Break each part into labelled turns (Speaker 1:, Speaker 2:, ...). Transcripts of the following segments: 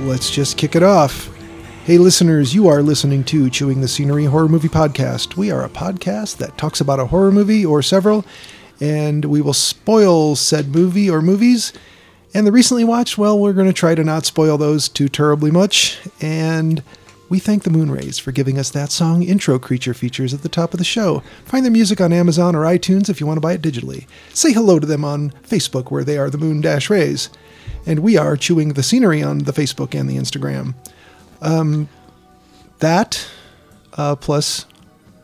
Speaker 1: Let's just kick it off. Hey, listeners, you are listening to Chewing the Scenery Horror Movie Podcast. We are a podcast that talks about a horror movie or several, and we will spoil said movie or movies. And the recently watched, well, we're going to try to not spoil those too terribly much. And we thank the Moonrays for giving us that song intro creature features at the top of the show. Find their music on Amazon or iTunes if you want to buy it digitally. Say hello to them on Facebook, where they are the Moon Dash Rays. And we are Chewing the Scenery on the Facebook and the Instagram Um, that uh, plus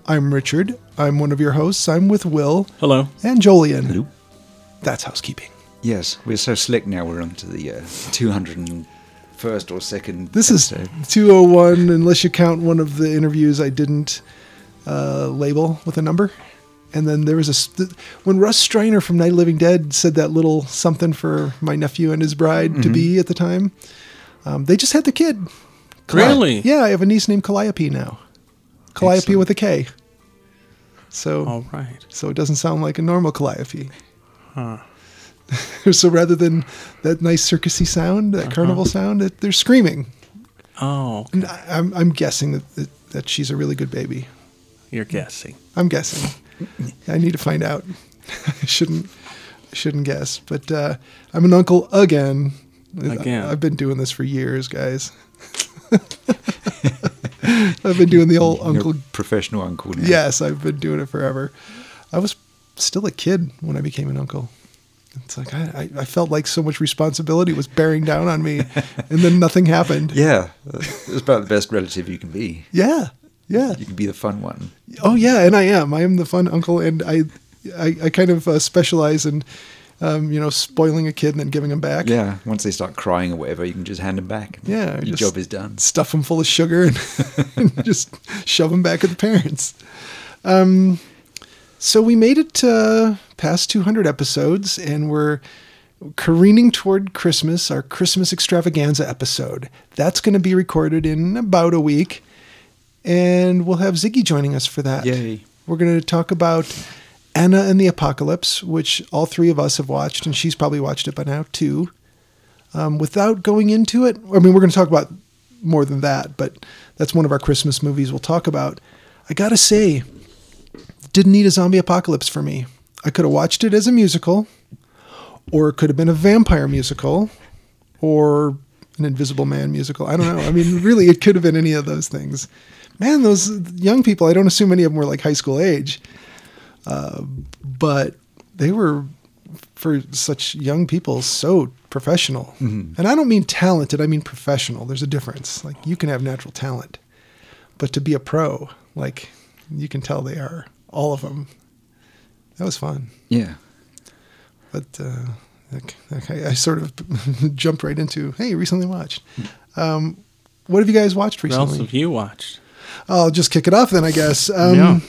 Speaker 1: i'm richard i'm one of your hosts i'm with will
Speaker 2: Hello.
Speaker 1: and jolien that's housekeeping
Speaker 3: Yes, we're so slick now. We're on to the uh, 201st or second.
Speaker 1: this is
Speaker 3: episode.
Speaker 1: 201 unless you count one of the interviews i didn't uh, label with a number and then there was a st- when russ striner from night of the living dead said that little something for my nephew and his bride to be at the time um, they just had the kid
Speaker 2: Really?
Speaker 1: yeah i have a niece named calliope now calliope
Speaker 3: Excellent.
Speaker 1: with a k so
Speaker 2: All right.
Speaker 1: so it doesn't sound like a normal calliope. so rather than that nice circusy sound, that carnival sound, it, they're screaming.
Speaker 2: Oh,
Speaker 1: And I, I'm, I'm guessing that, that that she's a really good baby.
Speaker 2: you're guessing.
Speaker 1: I'm guessing. I need to find out. I shouldn't shouldn't guess, but uh, I'm an uncle again.
Speaker 2: Again.
Speaker 1: I've been doing this for years, guys. I've been doing the old
Speaker 3: You're a
Speaker 1: uncle
Speaker 3: professional uncle now.
Speaker 1: Yes, I've been doing it forever. I was still a kid when I became an uncle. It's like I, I, I felt like so much responsibility was bearing down on me, and then nothing happened.
Speaker 3: Yeah, it's about the best relative you can be.
Speaker 1: Yeah, yeah.
Speaker 3: You can be the fun one.
Speaker 1: Oh yeah, and I am. I am the fun uncle, and I, I, I kind of uh, specialize in, um, you know, spoiling a kid and then giving him back.
Speaker 3: Yeah, once they start crying or whatever, you can just hand them back. and
Speaker 1: Yeah,
Speaker 3: your
Speaker 1: just-
Speaker 3: job is done.
Speaker 1: stuff them full of sugar and, and just shove them back at the parents. Um, so we made it uh, past 200 episodes and we're careening toward Christmas, our Christmas extravaganza episode. That's going to be recorded in about a week. And we'll have Ziggy joining us for that.
Speaker 3: Yay.
Speaker 1: We're going to talk about Anna and the Apocalypse, which all three of us have watched, and she's probably watched it by now too um, without going into it. I mean, we're going to talk about more than that, but that's one of our Christmas movies we'll talk about. I gotta say, didn't need a zombie apocalypse for me. I could have watched it as a musical, or it could have been a vampire musical, or an Invisible Man musical. I don't know. I mean, really, it could have been any of those things. Man, those young people, I don't assume any of them were like high school age, uh, but they were, for such young people, so professional. And I don't mean talented, I mean professional. There's a difference. Like, you can have natural talent, but to be a pro, like, you can tell they are, all of them. That was fun.
Speaker 3: Yeah.
Speaker 1: But uh, okay, okay, I sort of jumped right into hey, recently watched. Um, what have you guys watched
Speaker 2: What else
Speaker 1: recently? Oh,
Speaker 2: have you watched?
Speaker 1: I'll just kick it off then, I guess. Um,
Speaker 2: Yeah.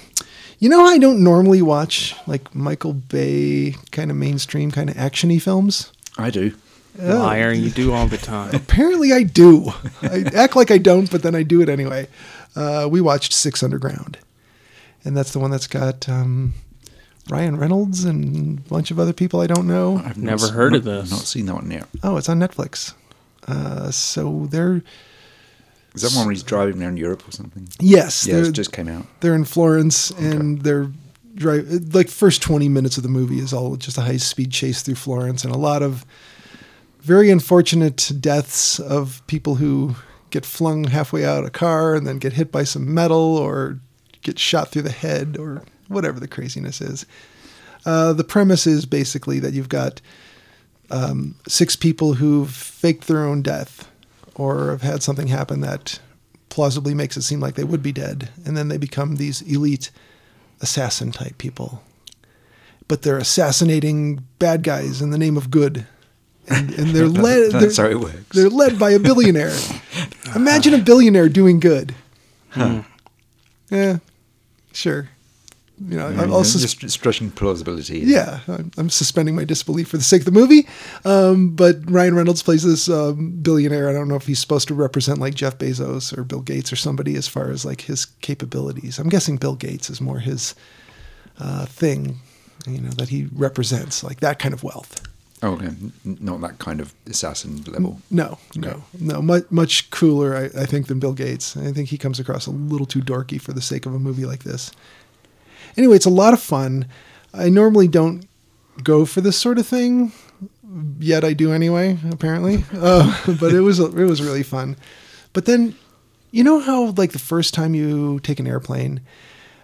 Speaker 1: You know, I don't normally watch like Michael Bay kind of mainstream kind of actiony films.
Speaker 3: I do. Oh.
Speaker 2: Liar, you do all the time.
Speaker 1: Apparently, I do. I act like I don't, but then I do it anyway. Uh, we watched Six Underground, and that's the one that's got um, Ryan Reynolds and a bunch of other people I don't know.
Speaker 3: I've
Speaker 2: Never
Speaker 3: s-
Speaker 2: heard of
Speaker 3: not-
Speaker 2: this.
Speaker 3: Not seen that one yet.
Speaker 1: Oh, it's on Netflix. Uh, so they're
Speaker 3: Is that one where he's driving around Europe or something?
Speaker 1: yes,
Speaker 3: Yeah,
Speaker 1: they're,
Speaker 3: it just came out.
Speaker 1: they're in Florence and they're drive like first twenty minutes of the movie is all just a high speed chase through Florence and a lot of very unfortunate deaths of people who get flung halfway out of a car and then get hit by some metal or get shot through the head or whatever the craziness is. Uh, the premise is basically that you've got um, six people who've faked their own death or have had something happen that plausibly makes it seem like they would be dead, and then they become these elite assassin type people. but they're assassinating bad guys in the name of good. And, and they're led.
Speaker 3: That's
Speaker 1: they're,
Speaker 3: how it works.
Speaker 1: They're led by a billionaire. Imagine a billionaire doing good. Hmm. Yeah, sure. You know, I'm also
Speaker 3: just stretching plausibility.
Speaker 1: yeah, I'm, I'm suspending my disbelief for the sake of the movie. Um, but Ryan Reynolds plays this um, billionaire. I don't know if he's supposed to represent like Jeff Bezos or Bill Gates or somebody as far as like his capabilities. I'm guessing Bill Gates is more his uh, thing, you know, that he represents like that kind of wealth.
Speaker 3: Oh, okay. N- Not that kind of assassin level.
Speaker 1: No, no, no. Much much cooler, I, I think, than Bill Gates. I think he comes across a little too dorky for the sake of a movie like this. Anyway, it's a lot of fun. I normally don't go for this sort of thing, yet I do anyway. Apparently, uh, but it was it was really fun. But then, you know how like the first time you take an airplane.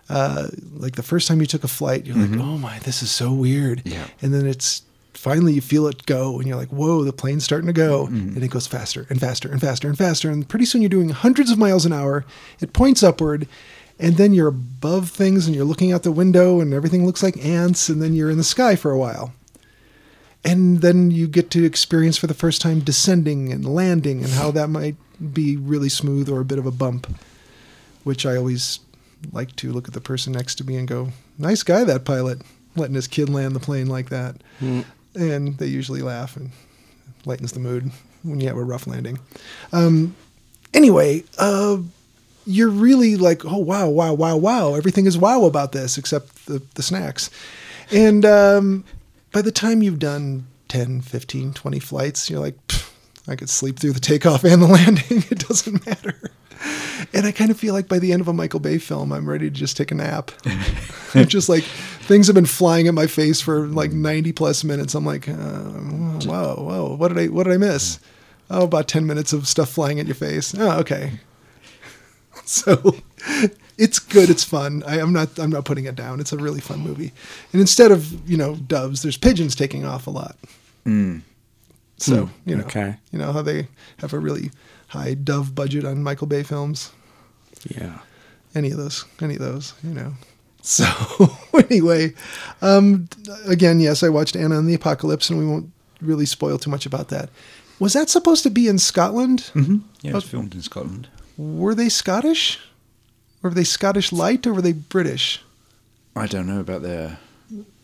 Speaker 1: Uh, like the first time you took a flight, you're like, "Oh my, this is so weird."
Speaker 3: Yeah.
Speaker 1: And then it's finally you feel it go and you're like, whoa, the plane's starting to go. And it goes faster and faster and faster and faster. And pretty soon you're doing hundreds of miles an hour. It points upward. And then you're above things and you're looking out the window and everything looks like ants. And then you're in the sky for a while. And then you get to experience for the first time descending and landing and how that might be really smooth or a bit of a bump, which I always like to look at the person next to me and go, nice guy, that pilot, letting his kid land the plane like that and they usually laugh and lightens the mood when you have a rough landing. Um, anyway, uh, you're really like, oh wow, wow, wow, wow. Everything is wow about this except the, the snacks. And um, by the time you've done 10, 15, 20 flights, you're like, "Pfft, I could sleep through the takeoff and the landing. It doesn't matter. And I kind of feel like by the end of a Michael Bay film, I'm ready to just take a nap. I'm just like things have been flying at my face for like 90 plus minutes. I'm like, uh, whoa, whoa, what did I, what did I miss? Oh, about 10 minutes of stuff flying at your face. Oh, okay. So it's good. It's fun. I, I'm not, I'm not putting it down. It's a really fun movie. And instead of, you know, doves, there's pigeons taking off a lot. So,
Speaker 2: Hmm,
Speaker 1: you know,
Speaker 2: okay.
Speaker 1: you know how they have a really high dove budget on Michael Bay films
Speaker 2: Yeah.
Speaker 1: any of those, any of those, you know. So anyway, um, again, yes, I watched Anna and the Apocalypse, and we won't really spoil too much about that. Was that supposed to be in Scotland?
Speaker 3: Mm-hmm. Yeah, it was
Speaker 1: Okay.
Speaker 3: filmed in Scotland.
Speaker 1: Were they Scottish? Were they Scottish light or were they British?
Speaker 3: I don't know about their.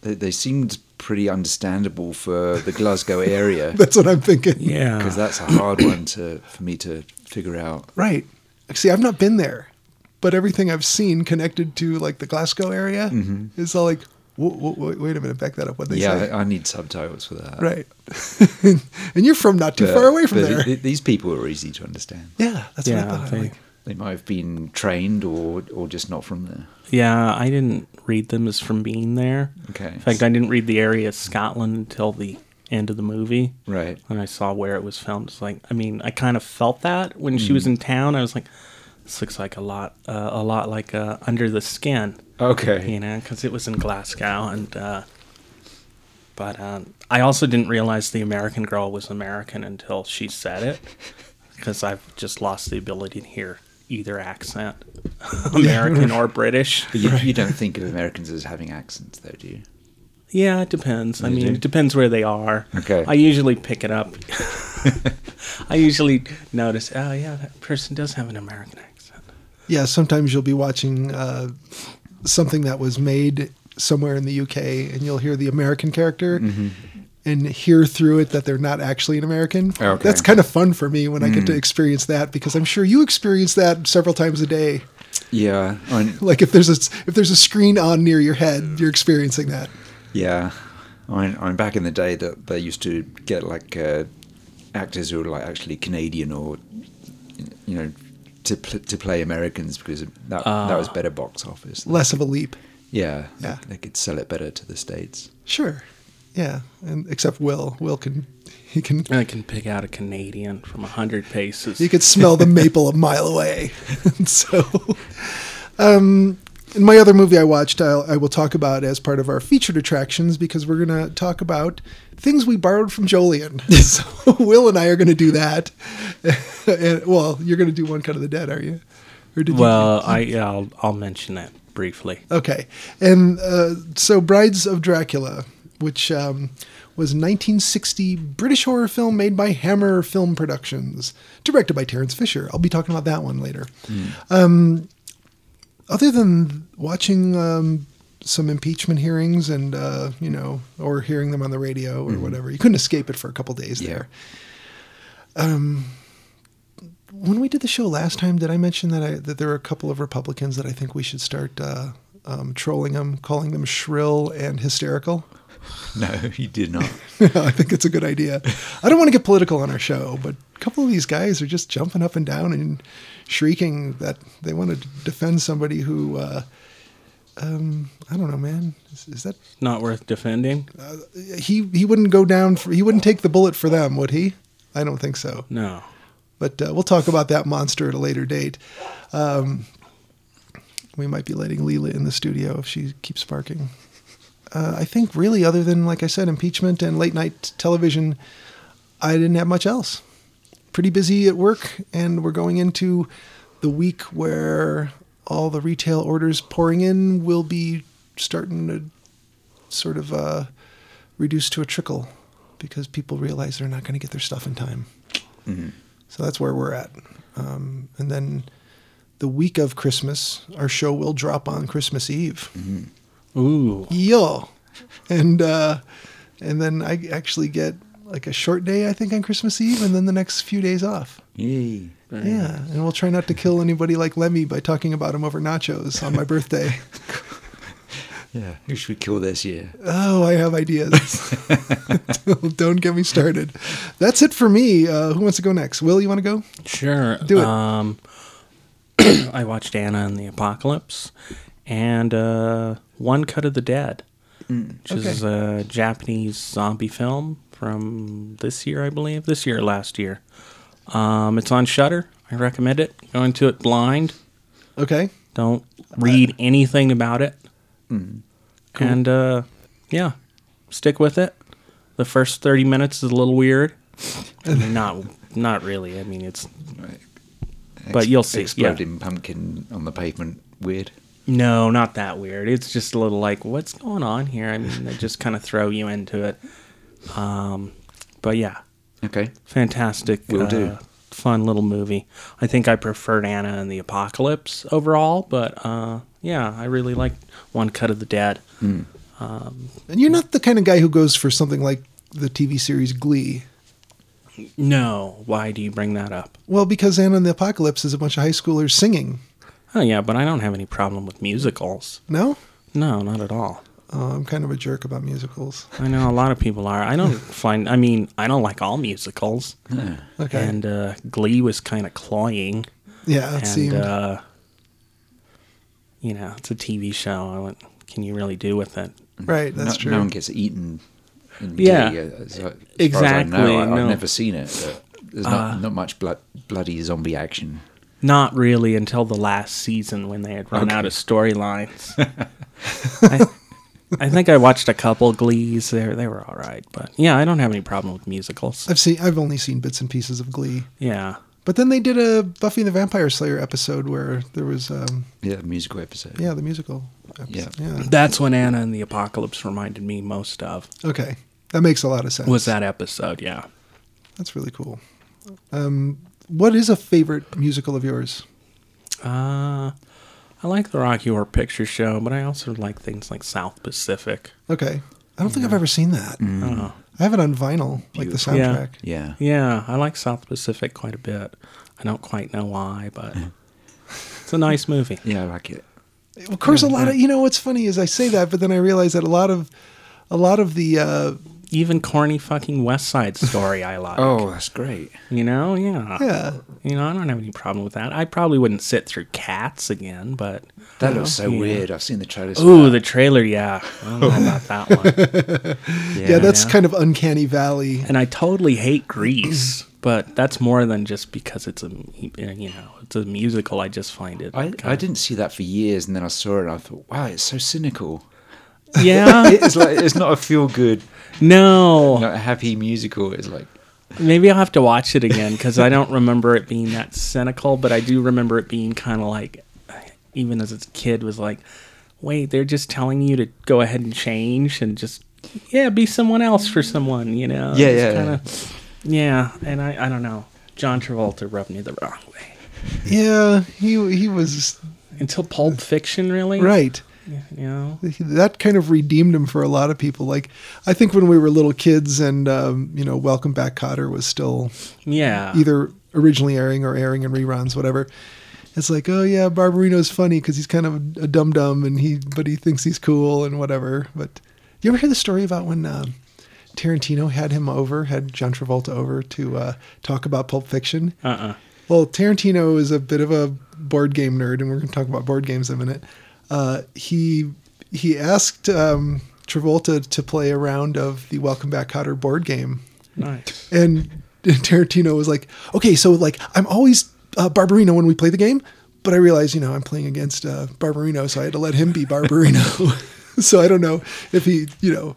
Speaker 3: They, they seemed pretty understandable for the Glasgow area
Speaker 1: That's what I'm thinking.
Speaker 2: Yeah.
Speaker 3: because that's a hard one to for me to figure out.
Speaker 1: Right. See, I've not been there, but everything I've seen connected to like the Glasgow area is all like, w- w- wait a minute, back that up. What they
Speaker 3: yeah,
Speaker 1: say?
Speaker 3: I I need subtitles for that.
Speaker 1: right. and you're from not too
Speaker 3: But-
Speaker 1: far away from
Speaker 3: but
Speaker 1: there.
Speaker 3: th- these people are easy to understand.
Speaker 1: yeah, that's what I
Speaker 2: yeah.
Speaker 1: thought.
Speaker 2: they-
Speaker 1: I'm like,
Speaker 3: They might have been trained or or just not from there.
Speaker 2: yeah. I didn't read them as from being there.
Speaker 3: Okay.
Speaker 2: In fact, I didn't read the area of Scotland until the end of the movie.
Speaker 3: Right.
Speaker 2: When I saw where it was filmed, it's like I mean, I kind of felt that when
Speaker 3: Hmm.
Speaker 2: she was in town. I was like, this looks like a lot, uh, a lot like uh, Under the Skin.
Speaker 3: Okay.
Speaker 2: you know, because it was in Glasgow, and uh, but um, I also didn't realize the American girl was American until she said it, because I've just lost the ability to hear either accent, American or British.
Speaker 3: But you, you don't think of Americans as having accents, though, do you?
Speaker 2: Yeah, it depends. I
Speaker 3: You
Speaker 2: mean,
Speaker 3: do?
Speaker 2: it depends where they are.
Speaker 3: Okay.
Speaker 2: I usually pick it up. I usually notice. Oh, yeah, that person does have an American accent.
Speaker 1: Yeah, sometimes you'll be watching uh, something that was made somewhere in the UK, and you'll hear the American character and hear through it that they're not actually an American.
Speaker 3: Okay.
Speaker 1: That's kind of fun for me when I get to experience that because I'm sure you experience that several times a day.
Speaker 3: Yeah. I mean,
Speaker 1: Like if there's a if there's a screen on near your head, you're experiencing that.
Speaker 3: yeah. I mean, I mean, back in the day that they used to get like uh, actors who were like actually Canadian or you know to pl- to play Americans because that that
Speaker 2: Ah.
Speaker 3: was better box office.
Speaker 1: Less of a leap.
Speaker 3: Yeah.
Speaker 1: Yeah.
Speaker 3: They, they could sell it better to the states.
Speaker 1: Sure. Yeah. And except Will, Will can he can
Speaker 2: I can pick out a Canadian from a hundred paces.
Speaker 1: You could smell the maple a mile away. so, um, in my other movie I watched, I'll, I will talk about as part of our featured attractions because we're going to talk about things we borrowed from Jolien. so, Will and I are going to do that. and, well, you're going to do One Cut of the Dead, are you? Or did
Speaker 2: well, I yeah, I'll, I'll mention it. briefly.
Speaker 1: Okay. And uh, so Brides of Dracula, which um, was a 1960 British horror film made by Hammer Film Productions, directed by Terrence Fisher. I'll be talking about that one later. Um, other than watching um, some impeachment hearings and, uh, you know, or hearing them on the radio or whatever, you couldn't escape it for a couple days
Speaker 3: Yeah.
Speaker 1: there. when we did the show last time, did I mention that I that there are a couple of Republicans that I think we should start uh, um, trolling them, calling them shrill and hysterical?
Speaker 3: No, he did not.
Speaker 1: I think it's a good idea. I don't want to get political on our show, but a couple of these guys are just jumping up and down and shrieking that they want to defend somebody who, uh, um, I don't know, man, is, is that
Speaker 2: Not worth defending?
Speaker 1: he? He wouldn't go down for. He wouldn't take the bullet for them, would he? I don't think so.
Speaker 2: No.
Speaker 1: but uh, we'll talk about that monster at a later date. Um, we might be letting Leela in the studio if she keeps barking. Uh, I think really, other than like I said, impeachment and late night television, I didn't have much else. Pretty busy at work, and we're going into the week where all the retail orders pouring in will be starting to sort of uh, reduce to a trickle because people realize they're not going to get their stuff in time. So that's where we're at. Um, and then the week of Christmas, our show will drop on Christmas Eve.
Speaker 2: Ooh.
Speaker 1: Yo, and uh, and then I actually get like a short day, I think, on Christmas Eve, and then the next few days off.
Speaker 3: Yay.
Speaker 1: Yeah, and we'll try not to kill anybody like Lemmy by talking about him over nachos on my birthday.
Speaker 3: Yeah. Who should we kill this year?
Speaker 1: Oh, I have ideas. Don't get me started. That's it for me. Uh, who wants to go next? Will, you want to go?
Speaker 2: Sure.
Speaker 1: Do it.
Speaker 2: Um, I watched Anna and the Apocalypse and uh, One Cut of the Dead,
Speaker 1: Mm,
Speaker 2: which is a Japanese zombie film from this year, I believe. This year, or last year. Um, it's on Shutter. I recommend it. Go into it blind.
Speaker 1: Okay.
Speaker 2: Don't read anything about it.
Speaker 3: Mm-hmm.
Speaker 2: And uh, yeah, stick with it. The first thirty minutes is a little weird. I mean, not not really. I mean, it's But you'll see, yeah.
Speaker 3: Exploding pumpkin on the pavement. Weird.
Speaker 2: no, not that weird. It's just a little like, what's going on here? I mean, they just kind of throw you into it. Um, but yeah,
Speaker 3: Okay.
Speaker 2: fantastic. uh,
Speaker 3: Will do.
Speaker 2: Fun little movie. I think I preferred Anna and the Apocalypse overall, but uh, yeah, I really liked One Cut of the Dead.
Speaker 1: And you're not the kind of guy who goes for something like the TV series Glee.
Speaker 2: No, why do you bring that up?
Speaker 1: Well, because Anna and the Apocalypse is a bunch of high schoolers singing.
Speaker 2: Oh yeah, but I don't have any problem with musicals.
Speaker 1: No?
Speaker 2: No, not at all.
Speaker 1: Oh, I'm kind of a jerk about musicals.
Speaker 2: I know a lot of people are. I don't find. I mean, I don't like all musicals.
Speaker 1: Okay.
Speaker 2: And uh, Glee was kind of cloying,
Speaker 1: yeah, it
Speaker 2: and
Speaker 1: seemed.
Speaker 2: uh, you know, it's a TV show. I went, can you really do with it?
Speaker 1: right, that's
Speaker 3: no,
Speaker 1: true.
Speaker 3: No one gets eaten. In
Speaker 2: Yeah.
Speaker 3: Glee, as- as far as
Speaker 2: Exactly,
Speaker 3: I know. I,
Speaker 2: no. Ah.
Speaker 3: I've never seen it. But there's not, not much blood, bloody zombie action.
Speaker 2: Not really until the last season when they had run
Speaker 3: Okay.
Speaker 2: out of storylines. I, I think I watched a couple Glees. They they were all right, but yeah, I don't have any problem with musicals.
Speaker 1: I've seen I've only seen bits and pieces of Glee.
Speaker 2: Yeah.
Speaker 1: But then they did a Buffy the Vampire Slayer episode where there was um
Speaker 3: Yeah, musical episode.
Speaker 1: yeah, the musical episode. Yeah.
Speaker 2: That's when Anna and the Apocalypse reminded me most of
Speaker 1: Okay. That makes a lot of sense.
Speaker 2: was that episode. Yeah,
Speaker 1: That's really cool. Um what is a favorite musical of yours?
Speaker 2: uh, I like the Rocky Horror Picture Show, but I also like things like South Pacific.
Speaker 1: Okay. I don't
Speaker 3: Mm.
Speaker 1: think I've ever seen that.
Speaker 2: Oh.
Speaker 1: I have it on vinyl, like the
Speaker 2: Beautiful. Yeah.
Speaker 1: soundtrack.
Speaker 3: Yeah.
Speaker 2: Yeah, I like South Pacific quite a bit. I don't quite know why, but it's a nice movie.
Speaker 3: Yeah, I like it.
Speaker 1: Of course, a lot of you know what's funny is I say that, but then I realize that a lot of a lot of the uh,
Speaker 2: Even corny fucking West Side Story, I like.
Speaker 3: Oh, that's great.
Speaker 2: you know, yeah.
Speaker 1: yeah,
Speaker 2: You know, I don't have any problem with that. I probably wouldn't sit through Cats again, but
Speaker 3: That looks so
Speaker 2: yeah.
Speaker 3: weird. I've seen the trailers. for
Speaker 2: ooh,
Speaker 3: that.
Speaker 2: the trailer, yeah. I don't know about that one.
Speaker 1: yeah, that's
Speaker 2: yeah.
Speaker 1: kind of uncanny valley.
Speaker 2: and I totally hate Grease, but that's more than just because it's a you know it's a musical. I just find it.
Speaker 3: I,
Speaker 2: kind
Speaker 3: I
Speaker 2: of-
Speaker 3: didn't see that for years, and then I saw it, and I thought, wow, it's so cynical.
Speaker 2: Yeah,
Speaker 3: It's like it's not a feel good,
Speaker 2: no.
Speaker 3: not a happy musical. It's like
Speaker 2: Maybe I'll have to watch it again because I don't remember it being that cynical, but I do remember it being kind of like even as a kid, was like, wait, they're just telling you to go ahead and change and just, yeah, be someone else for someone, you know?
Speaker 3: Yeah,
Speaker 2: It's
Speaker 3: yeah, yeah.
Speaker 2: yeah, and I, I don't know. John Travolta rubbed me the wrong way.
Speaker 1: Yeah, he he was
Speaker 2: Until Pulp Fiction, really?
Speaker 1: right.
Speaker 2: You know?
Speaker 1: That kind of redeemed him for a lot of people. Like I think when we were little kids, and um, you know, Welcome Back, Cotter was still
Speaker 2: Yeah.
Speaker 1: either originally airing or airing in reruns, whatever. It's like, oh yeah, Barbarino's funny because he's kind of a dum dum, and he but he thinks he's cool and whatever. But you ever hear the story about when uh, Tarantino had him over, had John Travolta over to uh, talk about Pulp Fiction?
Speaker 2: Uh-uh.
Speaker 1: Well, Tarantino is a bit of a board game nerd, and we're going to talk about board games in a minute. Uh, he he asked um, Travolta to play a round of the Welcome Back, Cotter board game
Speaker 2: Nice.
Speaker 1: and Tarantino was like, okay, so like I'm always uh, Barbarino when we play the game, but I realize you know I'm playing against uh, Barbarino, so I had to let him be Barbarino. so I don't know if he you know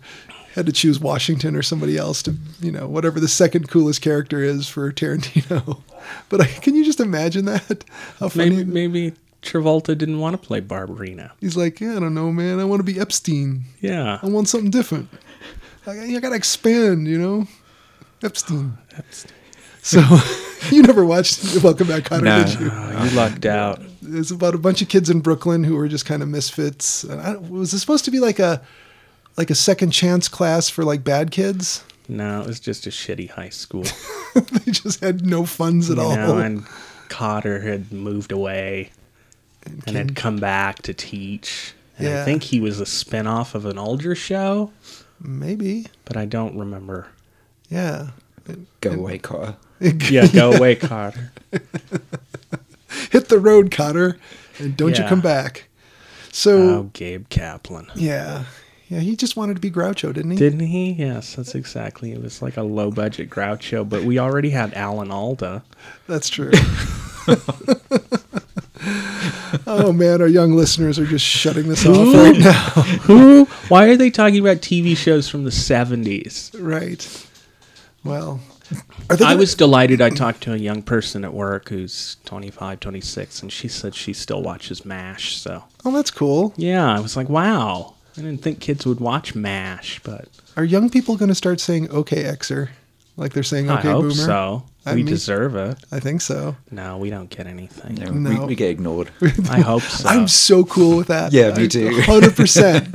Speaker 1: had to choose Washington or somebody else to you know whatever the second coolest character is for Tarantino. But I, can you just imagine that? How funny.
Speaker 2: Maybe, maybe Travolta didn't want to play Barbarina.
Speaker 1: He's like, yeah, I don't know, man. I want to be Epstein.
Speaker 2: Yeah.
Speaker 1: I want something different. I, I gotta expand, you know. Epstein.
Speaker 2: That's,
Speaker 1: So you never watched Welcome Back, Cotter,
Speaker 3: No.
Speaker 1: did you?
Speaker 2: oh, you lucked out.
Speaker 1: It's about a bunch of kids in Brooklyn who were just kind of misfits. And I, was this supposed to be like a like a second chance class for like bad kids?
Speaker 2: No, it was just a shitty high school.
Speaker 1: they just had no funds at
Speaker 2: you
Speaker 1: all.
Speaker 2: know, and Cotter had moved away and had come back to teach. And
Speaker 1: Yeah.
Speaker 2: I think he was a spinoff of an older show,
Speaker 1: Maybe,
Speaker 2: but I don't remember.
Speaker 1: yeah.
Speaker 3: Go away, Cotter.
Speaker 2: Yeah, go away, Cotter.
Speaker 1: Hit the road, Cotter, and don't you
Speaker 2: Yeah.
Speaker 1: come back. So
Speaker 2: Oh, Gabe Kaplan.
Speaker 1: yeah, yeah. He just wanted to be Groucho, didn't he?
Speaker 2: Didn't he? Yes, that's exactly. It was like a low budget Groucho, but we already had Alan Alda.
Speaker 1: That's true. oh man, our young listeners are just shutting this off
Speaker 2: Who?
Speaker 1: right now.
Speaker 2: Who? Why are they talking about TV shows from the 70s?
Speaker 1: Right. Well, are they
Speaker 2: I
Speaker 1: gonna-
Speaker 2: was delighted. I talked to a young person at work who's 25, 26, and she said she still watches MASH. So,
Speaker 1: Oh, that's cool.
Speaker 2: yeah, I was like, wow. I didn't think kids would watch MASH, but
Speaker 1: Are young people going to start saying "Okay, Xer," like they're saying
Speaker 2: I
Speaker 1: "Okay,
Speaker 2: hope
Speaker 1: Boomer"?
Speaker 2: so.
Speaker 1: I
Speaker 2: we
Speaker 1: mean-
Speaker 2: deserve it.
Speaker 1: I think so.
Speaker 2: No, we don't get anything.
Speaker 3: No,
Speaker 1: No.
Speaker 3: We, we get ignored.
Speaker 2: I hope so.
Speaker 1: I'm so cool with that.
Speaker 3: Yeah, me too.
Speaker 1: Hundred percent.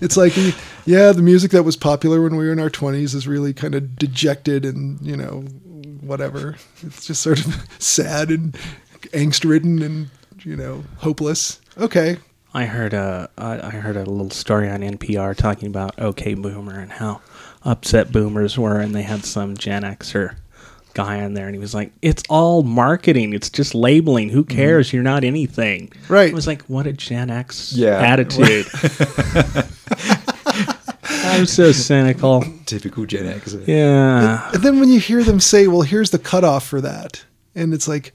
Speaker 1: It's like, yeah, the music that was popular when we were in our twenties is really kind of dejected and you know, whatever. It's just sort of sad and angst-ridden and you know, hopeless. Okay,
Speaker 2: I heard a I, I heard a little story on NPR talking about OK Boomer and how upset boomers were, and they had some Gen Xer guy on there, and he was like, "It's all marketing. It's just labeling. Who cares? You're not anything."
Speaker 1: Mm-hmm. Right.
Speaker 2: I was like, "What a Gen X
Speaker 3: Yeah.
Speaker 2: attitude." I'm so cynical.
Speaker 3: Typical Gen X.
Speaker 2: Yeah.
Speaker 1: And then when you hear them say, well, here's the cutoff for that, and it's like,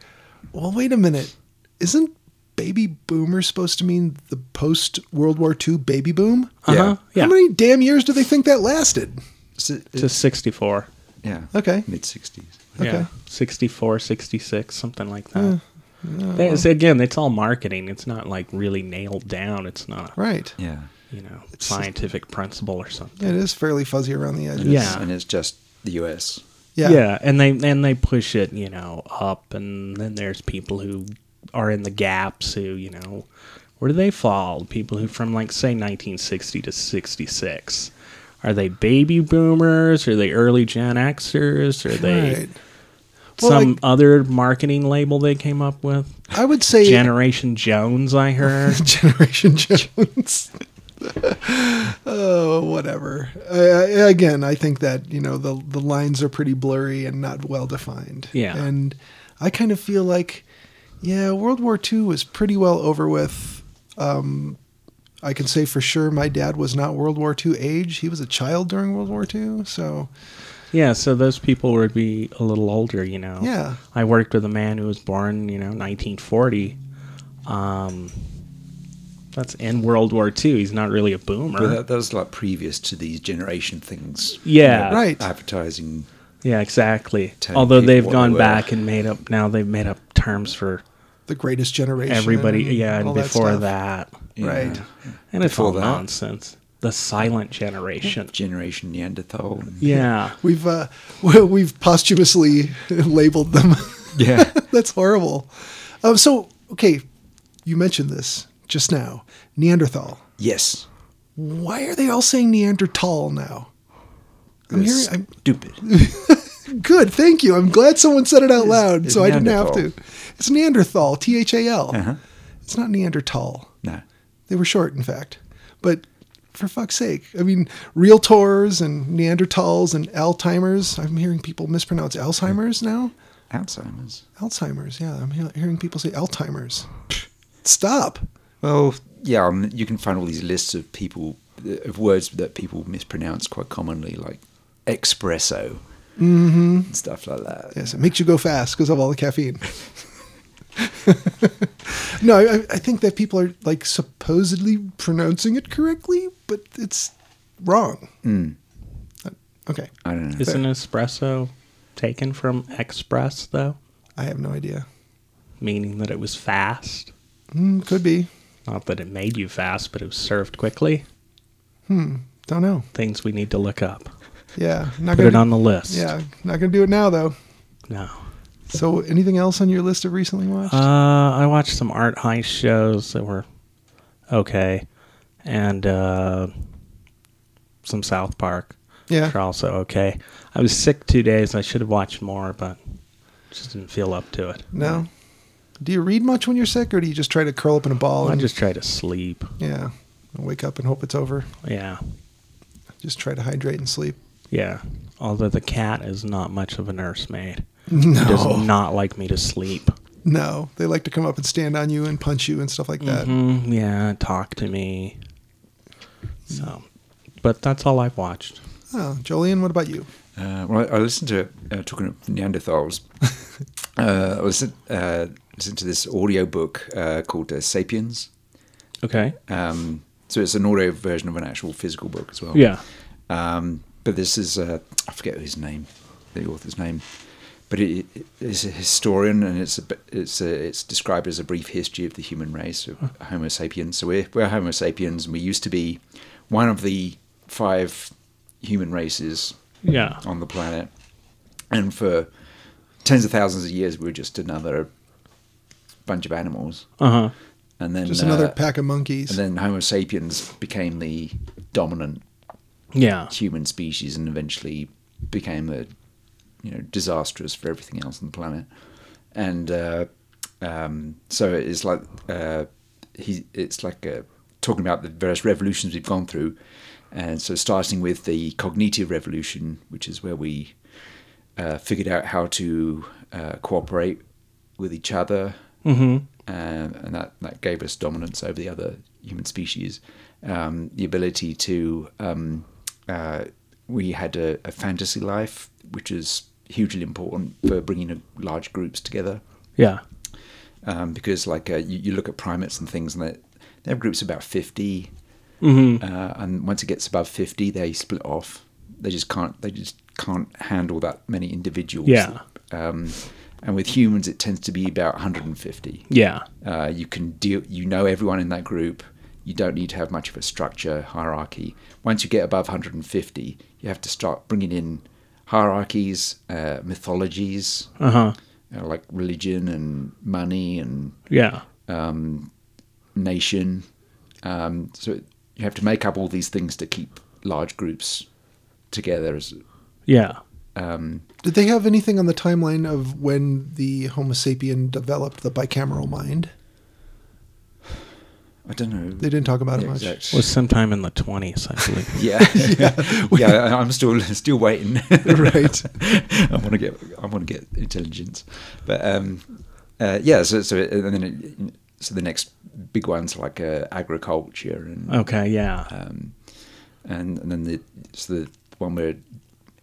Speaker 1: well, wait a minute. Isn't baby boomer supposed to mean the post World War II baby boom?
Speaker 2: Uh huh. Yeah.
Speaker 1: How many damn years do they think that lasted?
Speaker 3: So-
Speaker 2: to 64.
Speaker 3: yeah.
Speaker 1: Okay.
Speaker 3: Mid 60s.
Speaker 1: Okay.
Speaker 2: Yeah. 64, 66, something like that. It's- again, it's all marketing. It's not like really nailed down. It's not,
Speaker 1: Right.
Speaker 3: Yeah.
Speaker 2: you know,
Speaker 1: It's just-
Speaker 2: scientific principle or something.
Speaker 1: It is fairly fuzzy around the edges.
Speaker 2: Yeah.
Speaker 3: And it's just the US.
Speaker 1: Yeah.
Speaker 2: and they and they push it, you know, up and then there's people who are in the gaps who, you know, where do they fall? People who from like say 1960 to 66. Are they baby boomers? Are they early Gen Xers? Are they
Speaker 1: Right. Well,
Speaker 2: some
Speaker 1: like-
Speaker 2: other marketing label they came up with?
Speaker 1: I would say
Speaker 2: Generation Jones, I heard.
Speaker 1: Generation Jones. oh, whatever. I, I, again, I think that you know the the lines are pretty blurry and not well defined.
Speaker 2: Yeah.
Speaker 1: and I kind of feel like, yeah, World War II was pretty well over with. Um, I can say for sure my dad was not World War II age. He was a child during World War II, so
Speaker 2: yeah, so those people would be a little older, you know.
Speaker 1: yeah,
Speaker 2: I worked with a man who was born, you know, 1940. Um, that's in World War II. He's not really a boomer.
Speaker 3: But that, that was like previous to these generation things.
Speaker 2: Yeah.
Speaker 1: Right.
Speaker 3: Advertising.
Speaker 2: yeah, exactly.
Speaker 3: Telling
Speaker 2: Although
Speaker 3: people
Speaker 2: they've
Speaker 3: what
Speaker 2: gone
Speaker 3: they were.
Speaker 2: back and made up now they've made up terms for
Speaker 1: the the greatest generation.
Speaker 2: Everybody,
Speaker 1: and
Speaker 2: yeah, and
Speaker 1: all that
Speaker 2: before
Speaker 1: stuff.
Speaker 2: that,
Speaker 3: Yeah.
Speaker 1: Right.
Speaker 2: and it's
Speaker 3: Before
Speaker 2: all
Speaker 3: that.
Speaker 2: nonsense. The silent generation.
Speaker 3: Generation Neanderthal. and-
Speaker 2: Yeah,
Speaker 1: We've uh, we've posthumously labeled them.
Speaker 3: Yeah.
Speaker 1: That's horrible. Um, so okay, you mentioned this just now. Neanderthal.
Speaker 3: yes.
Speaker 1: Why are they all saying Neanderthal now? I'm
Speaker 3: They're
Speaker 1: hearing. I'm,
Speaker 3: stupid.
Speaker 1: Good, thank you. I'm glad someone said it out loud,
Speaker 3: it's
Speaker 1: so I didn't have to.
Speaker 3: Neanderthal.
Speaker 1: It's Neanderthal, T H A L.
Speaker 3: Uh-huh.
Speaker 1: It's not Neanderthal.
Speaker 3: No.
Speaker 1: They were short, in fact. But for fuck's sake, I mean, realtors and Neanderthals and Alzheimer's. I'm hearing people mispronounce Alzheimer's now.
Speaker 3: Alzheimer's.
Speaker 1: Alzheimer's, yeah. I'm he- hearing people say Alzheimer's. Stop.
Speaker 3: Well, yeah, um, you can find all these lists of people uh, of words that people mispronounce quite commonly, like espresso and stuff like that.
Speaker 1: Yes, it makes you go fast because of all the caffeine. no, I, I think that people are like supposedly pronouncing it correctly, but it's wrong. Uh, Okay,
Speaker 3: I don't know.
Speaker 2: isn't espresso taken from express though,
Speaker 1: I have no idea.
Speaker 2: meaning that it was fast?
Speaker 1: Mm, could be.
Speaker 2: Not that it made you fast, but it was served quickly.
Speaker 1: Don't know.
Speaker 2: Things we need to look up.
Speaker 1: Yeah, not
Speaker 2: Put
Speaker 1: gonna
Speaker 2: it
Speaker 1: do-
Speaker 2: on the list.
Speaker 1: Yeah, not gonna do it now though.
Speaker 2: No.
Speaker 1: So, anything else on your list of recently watched?
Speaker 2: Uh, I watched some art heist shows that were okay, and uh, some South Park.
Speaker 1: Yeah.
Speaker 2: which are also okay. I was sick two days. I should have watched more, but just didn't feel up to it.
Speaker 1: no. Do you read much when you're sick, or do you just try to curl up in a ball?
Speaker 2: I
Speaker 1: and
Speaker 2: just try to sleep.
Speaker 1: Yeah. Wake up and hope it's over.
Speaker 2: Yeah,
Speaker 1: Just try to hydrate and sleep.
Speaker 2: yeah. Although the cat is not much of a nursemaid. He does
Speaker 1: No.
Speaker 2: not like me to sleep.
Speaker 1: No. They like to come up and stand on you and punch you and stuff like that.
Speaker 2: Mm, yeah, talk to me. So, but that's all I've watched.
Speaker 3: Mm-hmm.
Speaker 1: Oh, Jolene, what about you?
Speaker 3: Uh, well, I, I listened to uh, talking of Neanderthals. uh, I listened, uh, listened to this audiobook uh, called uh, *Sapiens*.
Speaker 2: Okay.
Speaker 3: Um, so it's an audio version of an actual physical book as
Speaker 1: Oh.
Speaker 3: well.
Speaker 2: Yeah.
Speaker 3: Um, but this is uh, I forget his name, the author's name, but it, it is a historian, and it's a, bit- it's a, it's described as a brief history of the human race, of Homo sapiens. So we're we're Homo sapiens, and we used to be one of the five human races
Speaker 2: Yeah.
Speaker 1: Oh.
Speaker 3: on the planet. And for tens of thousands of years, we were just another bunch of animals.
Speaker 2: Uh huh.
Speaker 3: And then
Speaker 1: Just another
Speaker 3: uh,
Speaker 1: pack of monkeys.
Speaker 3: And then Homo sapiens became the dominant
Speaker 2: Yeah.
Speaker 3: human species, and eventually became the you know disastrous for everything else on the planet. And uh, um, so it's like uh, he, it's like uh, talking about the various revolutions we've gone through, and so starting with the cognitive revolution, which is where we uh, figured out how to uh, cooperate with each other, mm-hmm. and, and that, that gave us dominance over the other human species. Um, the ability to, um, uh, we had a, a fantasy life, which is hugely important for bringing uh, large groups together
Speaker 2: Yeah.
Speaker 3: um, because like uh, you, you look at primates and things, and they they have groups of about 50
Speaker 2: Mm-hmm.
Speaker 3: uh, and once it gets above fifty, they split off. They just can't. They just can't handle that many individuals.
Speaker 2: Yeah.
Speaker 3: Um, and with humans, it tends to be about 150.
Speaker 2: Yeah.
Speaker 3: Uh, you can deal. You know everyone in that group. You don't need to have much of a structure hierarchy. Once you get above 150, you have to start bringing in hierarchies, uh, mythologies,
Speaker 2: Uh huh.
Speaker 3: you know, like religion and money and um,
Speaker 2: Yeah.
Speaker 3: nation. Um, so it- you have to make up all these things to keep large groups together. As um,
Speaker 2: Yeah.
Speaker 1: Did they have anything on the timeline of when the Homo sapien developed the bicameral mind?
Speaker 3: I don't know.
Speaker 1: They didn't talk about it
Speaker 3: Yeah,
Speaker 1: much.
Speaker 3: exact-
Speaker 2: Was sometime in the twenties, I believe.
Speaker 3: yeah, yeah, I- I'm still still waiting.
Speaker 1: Right.
Speaker 3: I want to get I want to get intelligence, but um, uh, yeah. So so it, and then it, so the next big ones like uh, agriculture and
Speaker 2: Okay.
Speaker 1: Uh,
Speaker 2: Yeah.
Speaker 3: um, and and then the so the one we're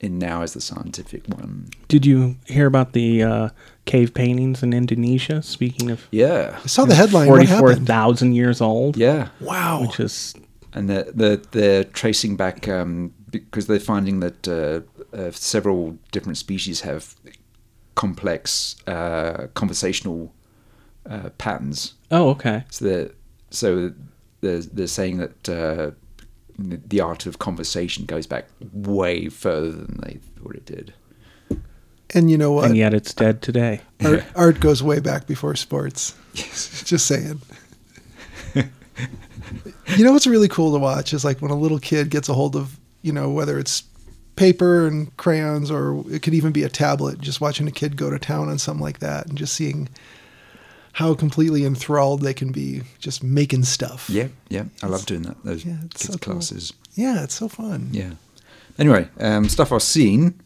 Speaker 3: in now is the scientific one.
Speaker 2: Did you hear about the uh, cave paintings in Indonesia? Speaking of
Speaker 3: Yeah,
Speaker 1: I saw the headline. What
Speaker 2: forty-four
Speaker 1: happened?
Speaker 2: thousand years old.
Speaker 3: yeah.
Speaker 1: Wow.
Speaker 2: Which is
Speaker 3: and they're, they're, they're tracing back um, because they're finding that uh, uh, several different species have complex uh, conversational uh, patterns.
Speaker 2: Oh, okay.
Speaker 3: So they're so they're, they're saying that uh, the art of conversation goes back way further than they thought it did.
Speaker 1: And you know what?
Speaker 2: And yet it's dead today.
Speaker 1: Art, art goes way back before sports. Just saying. you know what's really cool to watch is like when a little kid gets a hold of, you know, whether it's paper and crayons or it could even be a tablet, just watching a kid go to town on something like that and just seeing how completely enthralled they can be just making stuff.
Speaker 3: Yeah, yeah, I love doing that. Those
Speaker 1: yeah, it's
Speaker 3: kids
Speaker 1: so cool.
Speaker 3: classes.
Speaker 1: Yeah, it's so fun.
Speaker 3: Yeah. Anyway, um, stuff I've seen.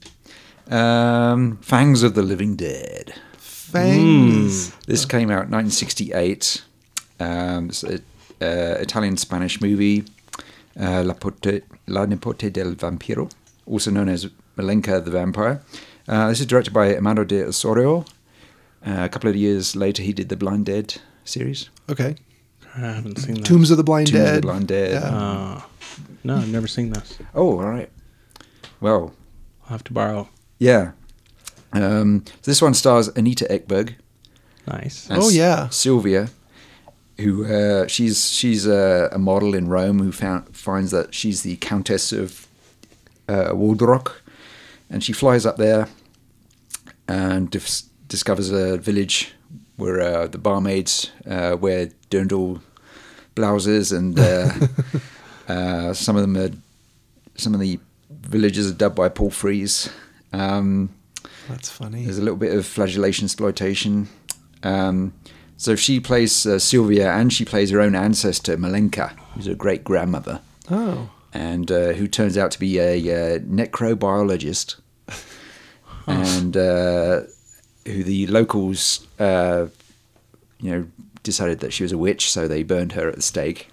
Speaker 3: Um, Fangs of the Living Dead.
Speaker 1: Fangs.
Speaker 3: This came out 1968. Um, it's an uh, Italian Spanish movie, uh, La, Porte, La Nipote del Vampiro, also known as Malenka the Vampire. Uh, this is directed by Amado de Osorio. Uh, a couple of years later, he did the Blind Dead series.
Speaker 1: Okay.
Speaker 2: I haven't seen that.
Speaker 1: Tombs of the Blind
Speaker 3: Tombs of the
Speaker 1: Dead.
Speaker 3: Blind Dead.
Speaker 1: Yeah.
Speaker 2: Uh, no, I've never seen this.
Speaker 3: Oh, all right. Well,
Speaker 2: I'll have to borrow.
Speaker 3: yeah. Um, this one stars Anita Ekberg,
Speaker 2: Nice.
Speaker 3: as
Speaker 1: Oh, yeah.
Speaker 3: Sylvia, who uh, she's she's a, a model in Rome who found, finds that she's the Countess of uh, Waldrock, and she flies up there and dis- discovers a village where uh, the barmaids uh, wear dirndl blouses, and uh, uh, some of them are some of the villagers are dubbed by Paul Frees. Um,
Speaker 1: That's funny.
Speaker 3: there's a little bit of flagellation exploitation. Um, so she plays uh, Sylvia and she plays her own ancestor, Malenka, who's her great grandmother,
Speaker 1: Oh.
Speaker 3: and uh, who turns out to be a uh, necrobiologist. and uh, who the locals, uh, you know, decided that she was a witch, so they burned her at the stake.